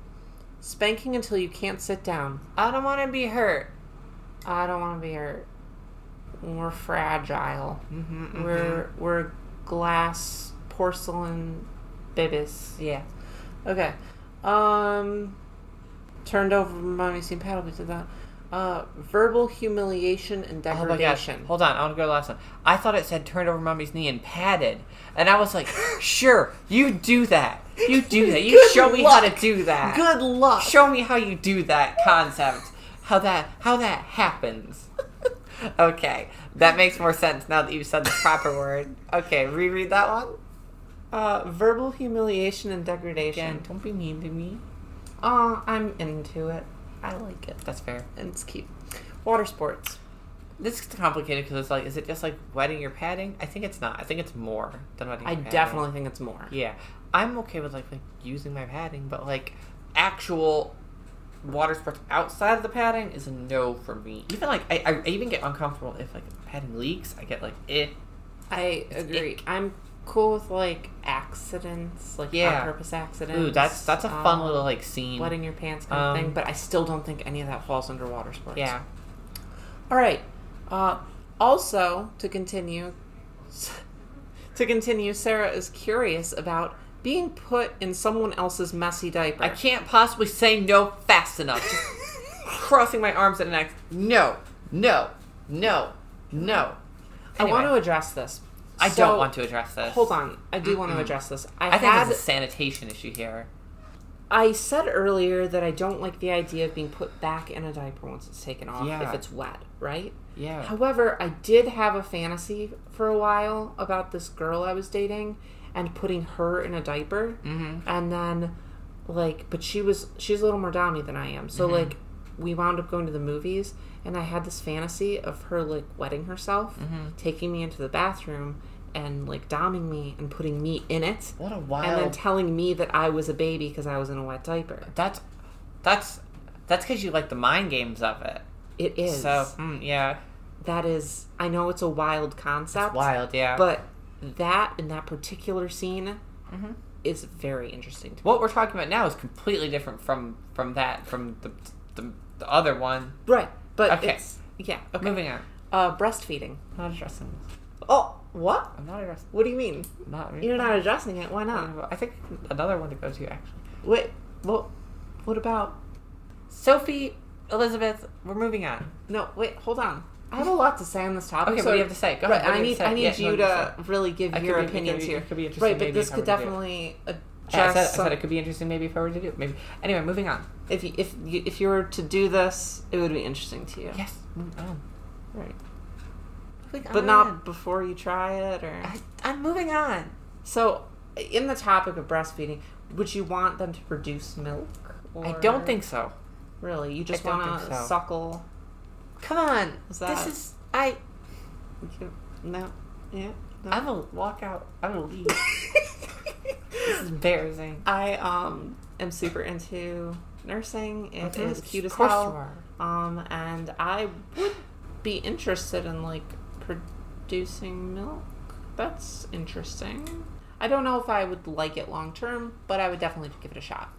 [SPEAKER 1] spanking until you can't sit down.
[SPEAKER 3] I don't want to be hurt.
[SPEAKER 1] I don't want to be hurt. We're fragile.
[SPEAKER 3] Mm-hmm,
[SPEAKER 1] We're we're glass porcelain babies.
[SPEAKER 3] yeah.
[SPEAKER 1] Okay. Um, turned over mommy seen paddle. We did that. Uh, verbal humiliation and
[SPEAKER 3] Oh my gosh.
[SPEAKER 1] degradation.
[SPEAKER 3] Hold on, I want to go to the last one. I thought it said turned over mommy's knee and patted. And I was like, sure, you do that. You do that. You
[SPEAKER 1] Good
[SPEAKER 3] show me how to
[SPEAKER 1] luck.
[SPEAKER 3] do that.
[SPEAKER 1] Good luck.
[SPEAKER 3] Show me how you do that concept. How that how that happens. Okay. That makes more sense now that you've said the proper word. Okay, reread that one.
[SPEAKER 1] Uh, verbal humiliation and degradation.
[SPEAKER 3] Again, don't be mean to me.
[SPEAKER 1] Uh, I'm into it. I like it.
[SPEAKER 3] That's fair.
[SPEAKER 1] And it's cute. Water sports.
[SPEAKER 3] This is complicated because it's like, is it just like wetting your padding? I think it's not. I think it's more than wetting.
[SPEAKER 1] I
[SPEAKER 3] your padding.
[SPEAKER 1] definitely think it's more.
[SPEAKER 3] Yeah, I'm okay with like, like using my padding, but like actual water sports outside of the padding is a no for me. Even like I, I even get uncomfortable if like padding leaks. I get like eh.
[SPEAKER 1] I agree.
[SPEAKER 3] ick.
[SPEAKER 1] I'm cool with like accidents, like
[SPEAKER 3] Yeah.
[SPEAKER 1] on purpose accidents.
[SPEAKER 3] Ooh, that's that's a fun
[SPEAKER 1] um,
[SPEAKER 3] little like scene.
[SPEAKER 1] wetting your pants kind of
[SPEAKER 3] Um,
[SPEAKER 1] thing. But I still don't think any of that falls under water sports.
[SPEAKER 3] yeah.
[SPEAKER 1] All right. Uh, also, to continue, to continue, Sarah is curious about being put in someone else's messy diaper.
[SPEAKER 3] I can't possibly say no fast enough. Just crossing my arms and neck. No, no, no, no.
[SPEAKER 1] I want to
[SPEAKER 3] Anyway,
[SPEAKER 1] address this.
[SPEAKER 3] I
[SPEAKER 1] So-
[SPEAKER 3] don't want to address this.
[SPEAKER 1] Hold on, I do want to address this. I,
[SPEAKER 3] I think
[SPEAKER 1] had
[SPEAKER 3] there's a sanitation issue here.
[SPEAKER 1] I said earlier that I don't like the idea of being put back in a diaper once it's taken off
[SPEAKER 3] Yeah.
[SPEAKER 1] if it's wet, right?
[SPEAKER 3] Yeah.
[SPEAKER 1] However, I did have a fantasy for a while about this girl I was dating and putting her in a diaper.
[SPEAKER 3] Mhm.
[SPEAKER 1] And then, like, but she was, she's a little more dommy than I am. So,
[SPEAKER 3] Mm-hmm.
[SPEAKER 1] like, we wound up going to the movies and I had this fantasy of her, like, wetting herself,
[SPEAKER 3] Mm-hmm.
[SPEAKER 1] taking me into the bathroom and, like, domming me and putting me in it.
[SPEAKER 3] What a
[SPEAKER 1] And then
[SPEAKER 3] wild.
[SPEAKER 1] telling me that I was a baby because I was in a wet diaper.
[SPEAKER 3] that's that's that's because you like the mind games of it.
[SPEAKER 1] It is.
[SPEAKER 3] So mm, yeah,
[SPEAKER 1] that is, I know it's a wild concept.
[SPEAKER 3] wild. Yeah.
[SPEAKER 1] But that in that particular scene Mm-hmm. is very interesting to me.
[SPEAKER 3] what we're talking about now is completely different from from that from the the, the other one.
[SPEAKER 1] Right. But
[SPEAKER 3] Okay.
[SPEAKER 1] it's yeah. Okay.
[SPEAKER 3] Moving on.
[SPEAKER 1] Uh breastfeeding.
[SPEAKER 3] I'm not addressing this.
[SPEAKER 1] Oh, what?
[SPEAKER 3] I'm not addressing.
[SPEAKER 1] What do you mean?
[SPEAKER 3] Not really.
[SPEAKER 1] You're not addressing it. Why not?
[SPEAKER 3] I think another one to go to actually.
[SPEAKER 1] Wait, what what about
[SPEAKER 3] Sophie, Elizabeth, we're moving on.
[SPEAKER 1] No, wait, hold on. I have a lot to say on this topic.
[SPEAKER 3] Okay,
[SPEAKER 1] so
[SPEAKER 3] what do you have to say? Go
[SPEAKER 1] Right,
[SPEAKER 3] ahead. What do
[SPEAKER 1] I
[SPEAKER 3] you
[SPEAKER 1] need
[SPEAKER 3] have
[SPEAKER 1] I
[SPEAKER 3] to say?
[SPEAKER 1] need
[SPEAKER 3] Yeah,
[SPEAKER 1] you
[SPEAKER 3] what do you have
[SPEAKER 1] to really give
[SPEAKER 3] I could
[SPEAKER 1] your
[SPEAKER 3] be- it could
[SPEAKER 1] opinions
[SPEAKER 3] be-
[SPEAKER 1] here.
[SPEAKER 3] it could be interesting
[SPEAKER 1] right, but
[SPEAKER 3] maybe
[SPEAKER 1] this
[SPEAKER 3] if I
[SPEAKER 1] could
[SPEAKER 3] were to do it.
[SPEAKER 1] definitely
[SPEAKER 3] Yeah, I
[SPEAKER 1] address
[SPEAKER 3] said, I said
[SPEAKER 1] some-
[SPEAKER 3] it could be interesting maybe if I were to do it. Maybe. Anyway, moving on.
[SPEAKER 1] if you, if you, if you were to do this, it would be interesting to you.
[SPEAKER 3] Yes. Move on.
[SPEAKER 1] Right.
[SPEAKER 3] Moving
[SPEAKER 1] But
[SPEAKER 3] on.
[SPEAKER 1] not before you try it or
[SPEAKER 3] I, I'm moving on.
[SPEAKER 1] So, in the topic of breastfeeding, would you want them to produce milk?
[SPEAKER 3] I
[SPEAKER 1] or-
[SPEAKER 3] don't think so.
[SPEAKER 1] really. You just
[SPEAKER 3] I don't
[SPEAKER 1] want to
[SPEAKER 3] think so.
[SPEAKER 1] suckle.
[SPEAKER 3] Come on.
[SPEAKER 1] Is that-
[SPEAKER 3] This is I.
[SPEAKER 1] No. Yeah.
[SPEAKER 3] I'm gonna walk out. I'm gonna leave. this is embarrassing.
[SPEAKER 1] I um am super into nursing. It is
[SPEAKER 3] Mhm.
[SPEAKER 1] cute as
[SPEAKER 3] Of course
[SPEAKER 1] hell.
[SPEAKER 3] you are.
[SPEAKER 1] Um, and I would be interested in like producing milk. That's interesting. I don't know if I would like it long term, but I would definitely give it a shot.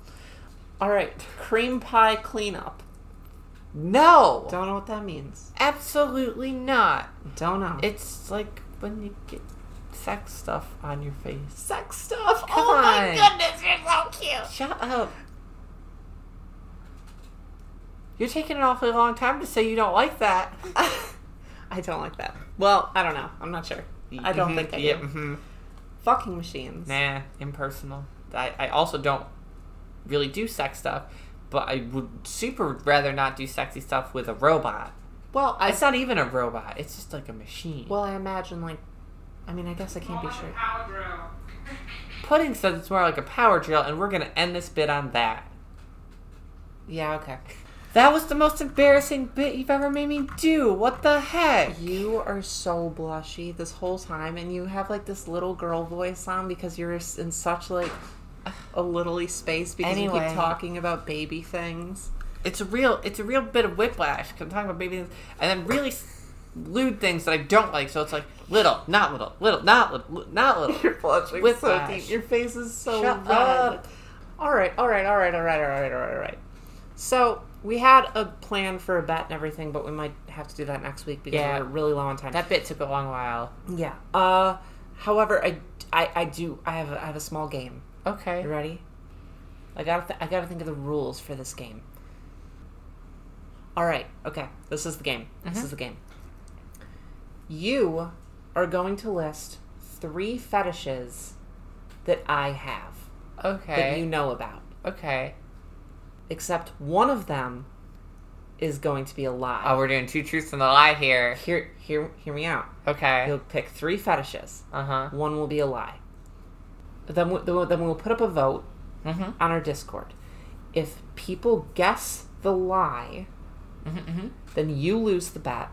[SPEAKER 1] All right, cream pie cleanup.
[SPEAKER 3] No.
[SPEAKER 1] Don't know what that means.
[SPEAKER 3] Absolutely not.
[SPEAKER 1] Don't know.
[SPEAKER 3] It's like when you get sex stuff on your face.
[SPEAKER 1] sex stuff.
[SPEAKER 3] Come
[SPEAKER 1] oh my
[SPEAKER 3] on.
[SPEAKER 1] goodness, you're so cute.
[SPEAKER 3] Shut up. You're taking an awfully long time to say you don't like that.
[SPEAKER 1] I don't like that. Well, I don't know. I'm not sure. I don't
[SPEAKER 3] Mhm,
[SPEAKER 1] think I do.
[SPEAKER 3] yeah, mhm.
[SPEAKER 1] Fucking machines.
[SPEAKER 3] Nah, impersonal. I, I also don't really do sex stuff, but I would super rather not do sexy stuff with a robot.
[SPEAKER 1] Well, I
[SPEAKER 3] It's not even a robot. It's just like a machine.
[SPEAKER 1] well, I imagine like, I mean, I guess I can't be sure.
[SPEAKER 4] Power drill.
[SPEAKER 3] Pudding says it's more like a power drill, and we're gonna end this bit on that.
[SPEAKER 1] Yeah. Okay.
[SPEAKER 3] That was the most embarrassing bit you've ever made me do. What the heck?
[SPEAKER 1] You are so blushy this whole time, and you have like this little girl voice on because you're s- in such like a littly space because you
[SPEAKER 3] Anyway.
[SPEAKER 1] keep talking about baby things.
[SPEAKER 3] It's a real, it's a real bit of whiplash. 'cause I'm talking about baby, things, and then really, lewd things that I don't like. So it's like little, not little, little, not little, li- not little.
[SPEAKER 1] You're blushing
[SPEAKER 3] With
[SPEAKER 1] so
[SPEAKER 3] flash.
[SPEAKER 1] deep. Your face is so
[SPEAKER 3] Shut
[SPEAKER 1] red.
[SPEAKER 3] up.
[SPEAKER 1] All right, all right, all right, all right, all right, all right, all right. So we had a plan for a bet and everything, but we might have to do that next week because
[SPEAKER 3] Yeah.
[SPEAKER 1] we're really low on time.
[SPEAKER 3] that bit took a long while.
[SPEAKER 1] yeah. Uh, however, I, I, I do I have a, I have a small game.
[SPEAKER 3] Okay.
[SPEAKER 1] You ready? I gotta th- I gotta think of the rules for this game. All right. Okay. This is the game.
[SPEAKER 3] Mm-hmm.
[SPEAKER 1] This is the game. You are going to list three fetishes that I have that
[SPEAKER 3] Okay.
[SPEAKER 1] you know about.
[SPEAKER 3] okay.
[SPEAKER 1] Except one of them is going to be a lie.
[SPEAKER 3] Oh, we're doing two truths and a lie here.
[SPEAKER 1] Hear hear hear me out.
[SPEAKER 3] Oh.
[SPEAKER 1] You'll
[SPEAKER 3] Okay.
[SPEAKER 1] pick three fetishes.
[SPEAKER 3] Uh huh.
[SPEAKER 1] One will be a lie. Then we, then we'll put up a vote
[SPEAKER 3] Mhm.
[SPEAKER 1] on our Discord. If people guess the lie,
[SPEAKER 3] Mhm. Mhm.
[SPEAKER 1] then you lose the bet.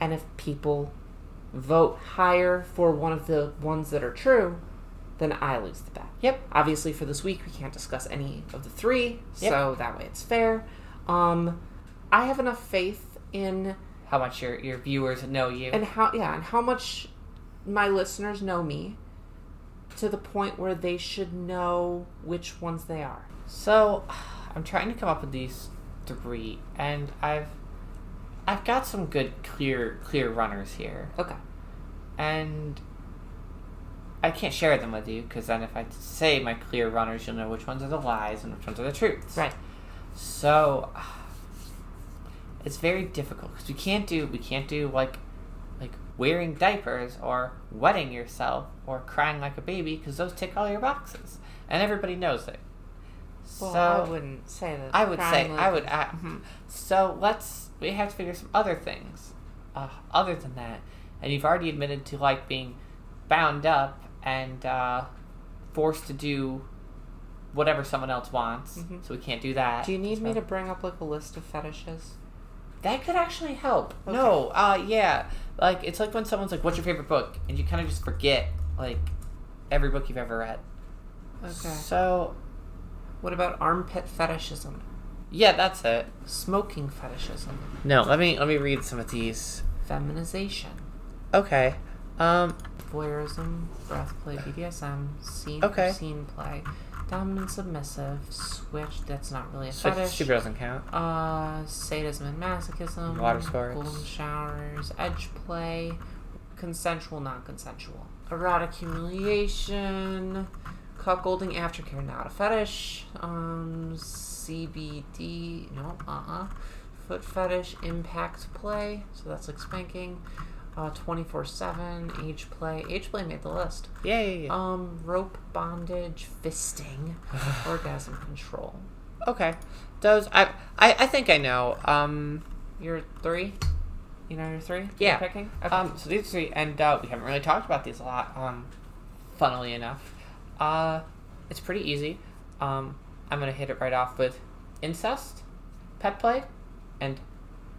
[SPEAKER 1] And if people vote higher for one of the ones that are true, then I lose the bet.
[SPEAKER 3] Yep.
[SPEAKER 1] Obviously, for this week, we can't discuss any of the three,
[SPEAKER 3] Yep.
[SPEAKER 1] so that way it's fair. Um, I have enough faith in
[SPEAKER 3] How much your your viewers know you?
[SPEAKER 1] and how yeah and how much my listeners know me to the point where they should know which ones they are.
[SPEAKER 3] So, I'm trying to come up with these three, and I've I've got some good clear clear runners here,
[SPEAKER 1] Okay.
[SPEAKER 3] and I can't share them with you because then if I say my clear runners, you'll know which ones are the lies and which ones are the truths.
[SPEAKER 1] Right.
[SPEAKER 3] So it's very difficult because we can't do we can't do like like wearing diapers or wetting yourself or crying like a baby because those tick all your boxes and everybody knows it.
[SPEAKER 1] Well,
[SPEAKER 3] so
[SPEAKER 1] I wouldn't say that.
[SPEAKER 3] I would say
[SPEAKER 1] crime
[SPEAKER 3] I
[SPEAKER 1] was-
[SPEAKER 3] would. I,
[SPEAKER 1] mm-hmm.
[SPEAKER 3] So let's. We have to figure some other things, uh, other than that. And you've already admitted to like being bound up and uh, forced to do whatever someone else wants.
[SPEAKER 1] Mhm.
[SPEAKER 3] So we can't do that.
[SPEAKER 1] Do you need
[SPEAKER 3] So-
[SPEAKER 1] me to bring up like a list of fetishes?
[SPEAKER 3] That could actually help.
[SPEAKER 1] Okay.
[SPEAKER 3] No. Uh. Yeah. Like it's like when someone's like, "What's your favorite book?" and you kind of just forget like every book you've ever read. So
[SPEAKER 1] What about armpit fetishism?
[SPEAKER 3] yeah, that's it.
[SPEAKER 1] Smoking fetishism?
[SPEAKER 3] No. Let me let me read some of these.
[SPEAKER 1] Feminization?
[SPEAKER 3] Okay. Um.
[SPEAKER 1] Voyeurism? Breath play? BDSM? Scene,
[SPEAKER 3] Okay.
[SPEAKER 1] scene play? Dominant submissive? Switch? That's not really a
[SPEAKER 3] So
[SPEAKER 1] fetish.
[SPEAKER 3] Super doesn't count.
[SPEAKER 1] Uh, sadism and masochism,
[SPEAKER 3] Water sports.
[SPEAKER 1] golden showers, edge play, consensual, non-consensual, erotic humiliation, cuckolding, aftercare, not a fetish, um, CBD, no, uh-uh, foot fetish, impact play, so that's like spanking, uh, 24-7, age play, age play made the list,
[SPEAKER 3] Yeah, yeah, yeah.
[SPEAKER 1] um, rope bondage, fisting, orgasm control.
[SPEAKER 3] okay. Those I, I I think I know. Um
[SPEAKER 1] You're three. You know you're three.
[SPEAKER 3] Yeah.
[SPEAKER 1] You're picking.
[SPEAKER 3] um so these three and uh, we haven't really talked about these a lot. Um funnily enough. Uh it's pretty easy. Um I'm going to hit it right off with incest, pet play, and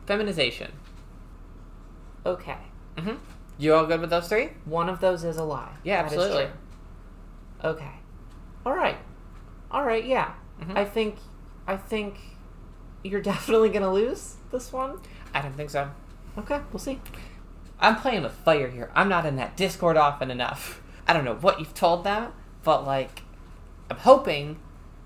[SPEAKER 3] feminization.
[SPEAKER 1] okay.
[SPEAKER 3] Mhm. You all good with those three?
[SPEAKER 1] One of those is a lie.
[SPEAKER 3] Yeah,
[SPEAKER 1] That is
[SPEAKER 3] absolutely.
[SPEAKER 1] true. Okay. All right. All right. Yeah.
[SPEAKER 3] Mhm.
[SPEAKER 1] I think. I think. You're definitely gonna lose this one.
[SPEAKER 3] I don't think so.
[SPEAKER 1] Okay. We'll see.
[SPEAKER 3] I'm playing with fire here. I'm not in that Discord often enough. I don't know what you've told them, but like, I'm hoping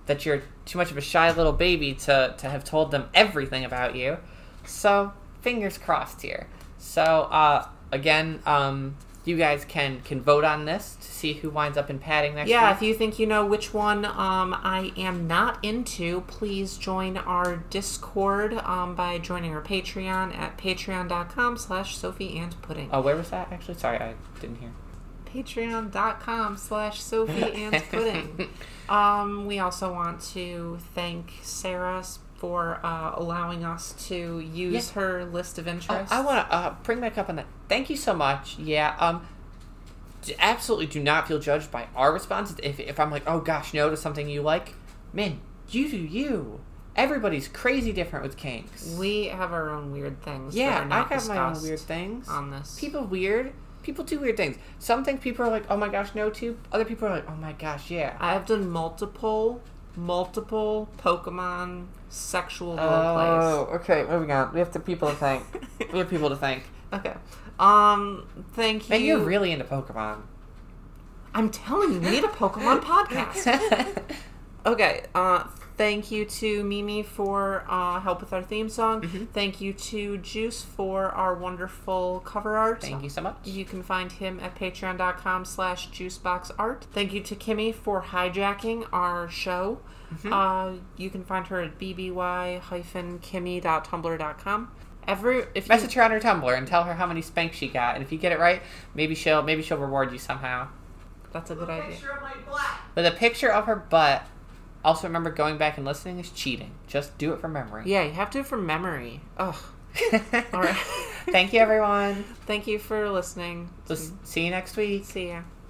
[SPEAKER 3] that you're too much of a shy little baby to, to have told them everything about you. So, fingers crossed here. So, uh, again, um, you guys can can vote on this to see who winds up in padding next
[SPEAKER 1] Yeah.
[SPEAKER 3] week.
[SPEAKER 1] If you think you know which one um, I am not into, please join our Discord um, by joining our Patreon at patreon.com/slash Sophie and Pudding.
[SPEAKER 3] Oh, where was that actually? Sorry, I didn't hear.
[SPEAKER 1] patreon.com slash sophie and pudding um, we also want to thank sarah s- for uh, allowing us to use her list of
[SPEAKER 3] Oh,
[SPEAKER 1] interests
[SPEAKER 3] I want to uh, bring back up on that. Thank you so much. Yeah. Um. d- Absolutely, do not feel judged by our responses. If if I'm like, oh gosh, no to something you like, man, you do you. Everybody's crazy different with kinks.
[SPEAKER 1] we have our own weird things that
[SPEAKER 3] yeah,
[SPEAKER 1] are
[SPEAKER 3] I
[SPEAKER 1] not
[SPEAKER 3] got my own
[SPEAKER 1] discussed
[SPEAKER 3] weird things.
[SPEAKER 1] on this
[SPEAKER 3] people weird. People do weird things. Some things people are like, oh my gosh, no to. Other people are like, oh my gosh, yeah.
[SPEAKER 1] i've done multiple multiple Pokemon sexual
[SPEAKER 3] Oh,
[SPEAKER 1] role
[SPEAKER 3] okay. What do we got? We have to people to thank.
[SPEAKER 1] plays.
[SPEAKER 3] we have people to thank.
[SPEAKER 1] okay. Um, thank you.
[SPEAKER 3] And you're really into Pokemon.
[SPEAKER 1] I'm telling you, we need a Pokemon podcast. Okay. Uh, thank you to Mimi for uh, help with our theme song.
[SPEAKER 3] Mm-hmm.
[SPEAKER 1] Thank you to Juice for our wonderful cover art.
[SPEAKER 3] Thank you so much.
[SPEAKER 1] You can find him at patreon.com slash juiceboxart. Thank you to Kimmy for hijacking our show.
[SPEAKER 3] Mm-hmm.
[SPEAKER 1] Uh, you can find her at bby-kimmy.tumblr.com. Every if
[SPEAKER 3] Message her on her Tumblr and tell her how many spanks she got, and if you get it right, maybe she'll maybe she'll reward you somehow
[SPEAKER 1] you, that's a good idea.
[SPEAKER 4] Picture of my black.
[SPEAKER 3] with a picture of her butt. Also, remember going back and listening is cheating. Just do it from memory.
[SPEAKER 1] Yeah, you have to do it from memory. Ugh. All right.
[SPEAKER 3] Thank you, everyone.
[SPEAKER 1] Thank you for listening.
[SPEAKER 3] We'll s- see you next week.
[SPEAKER 1] See ya.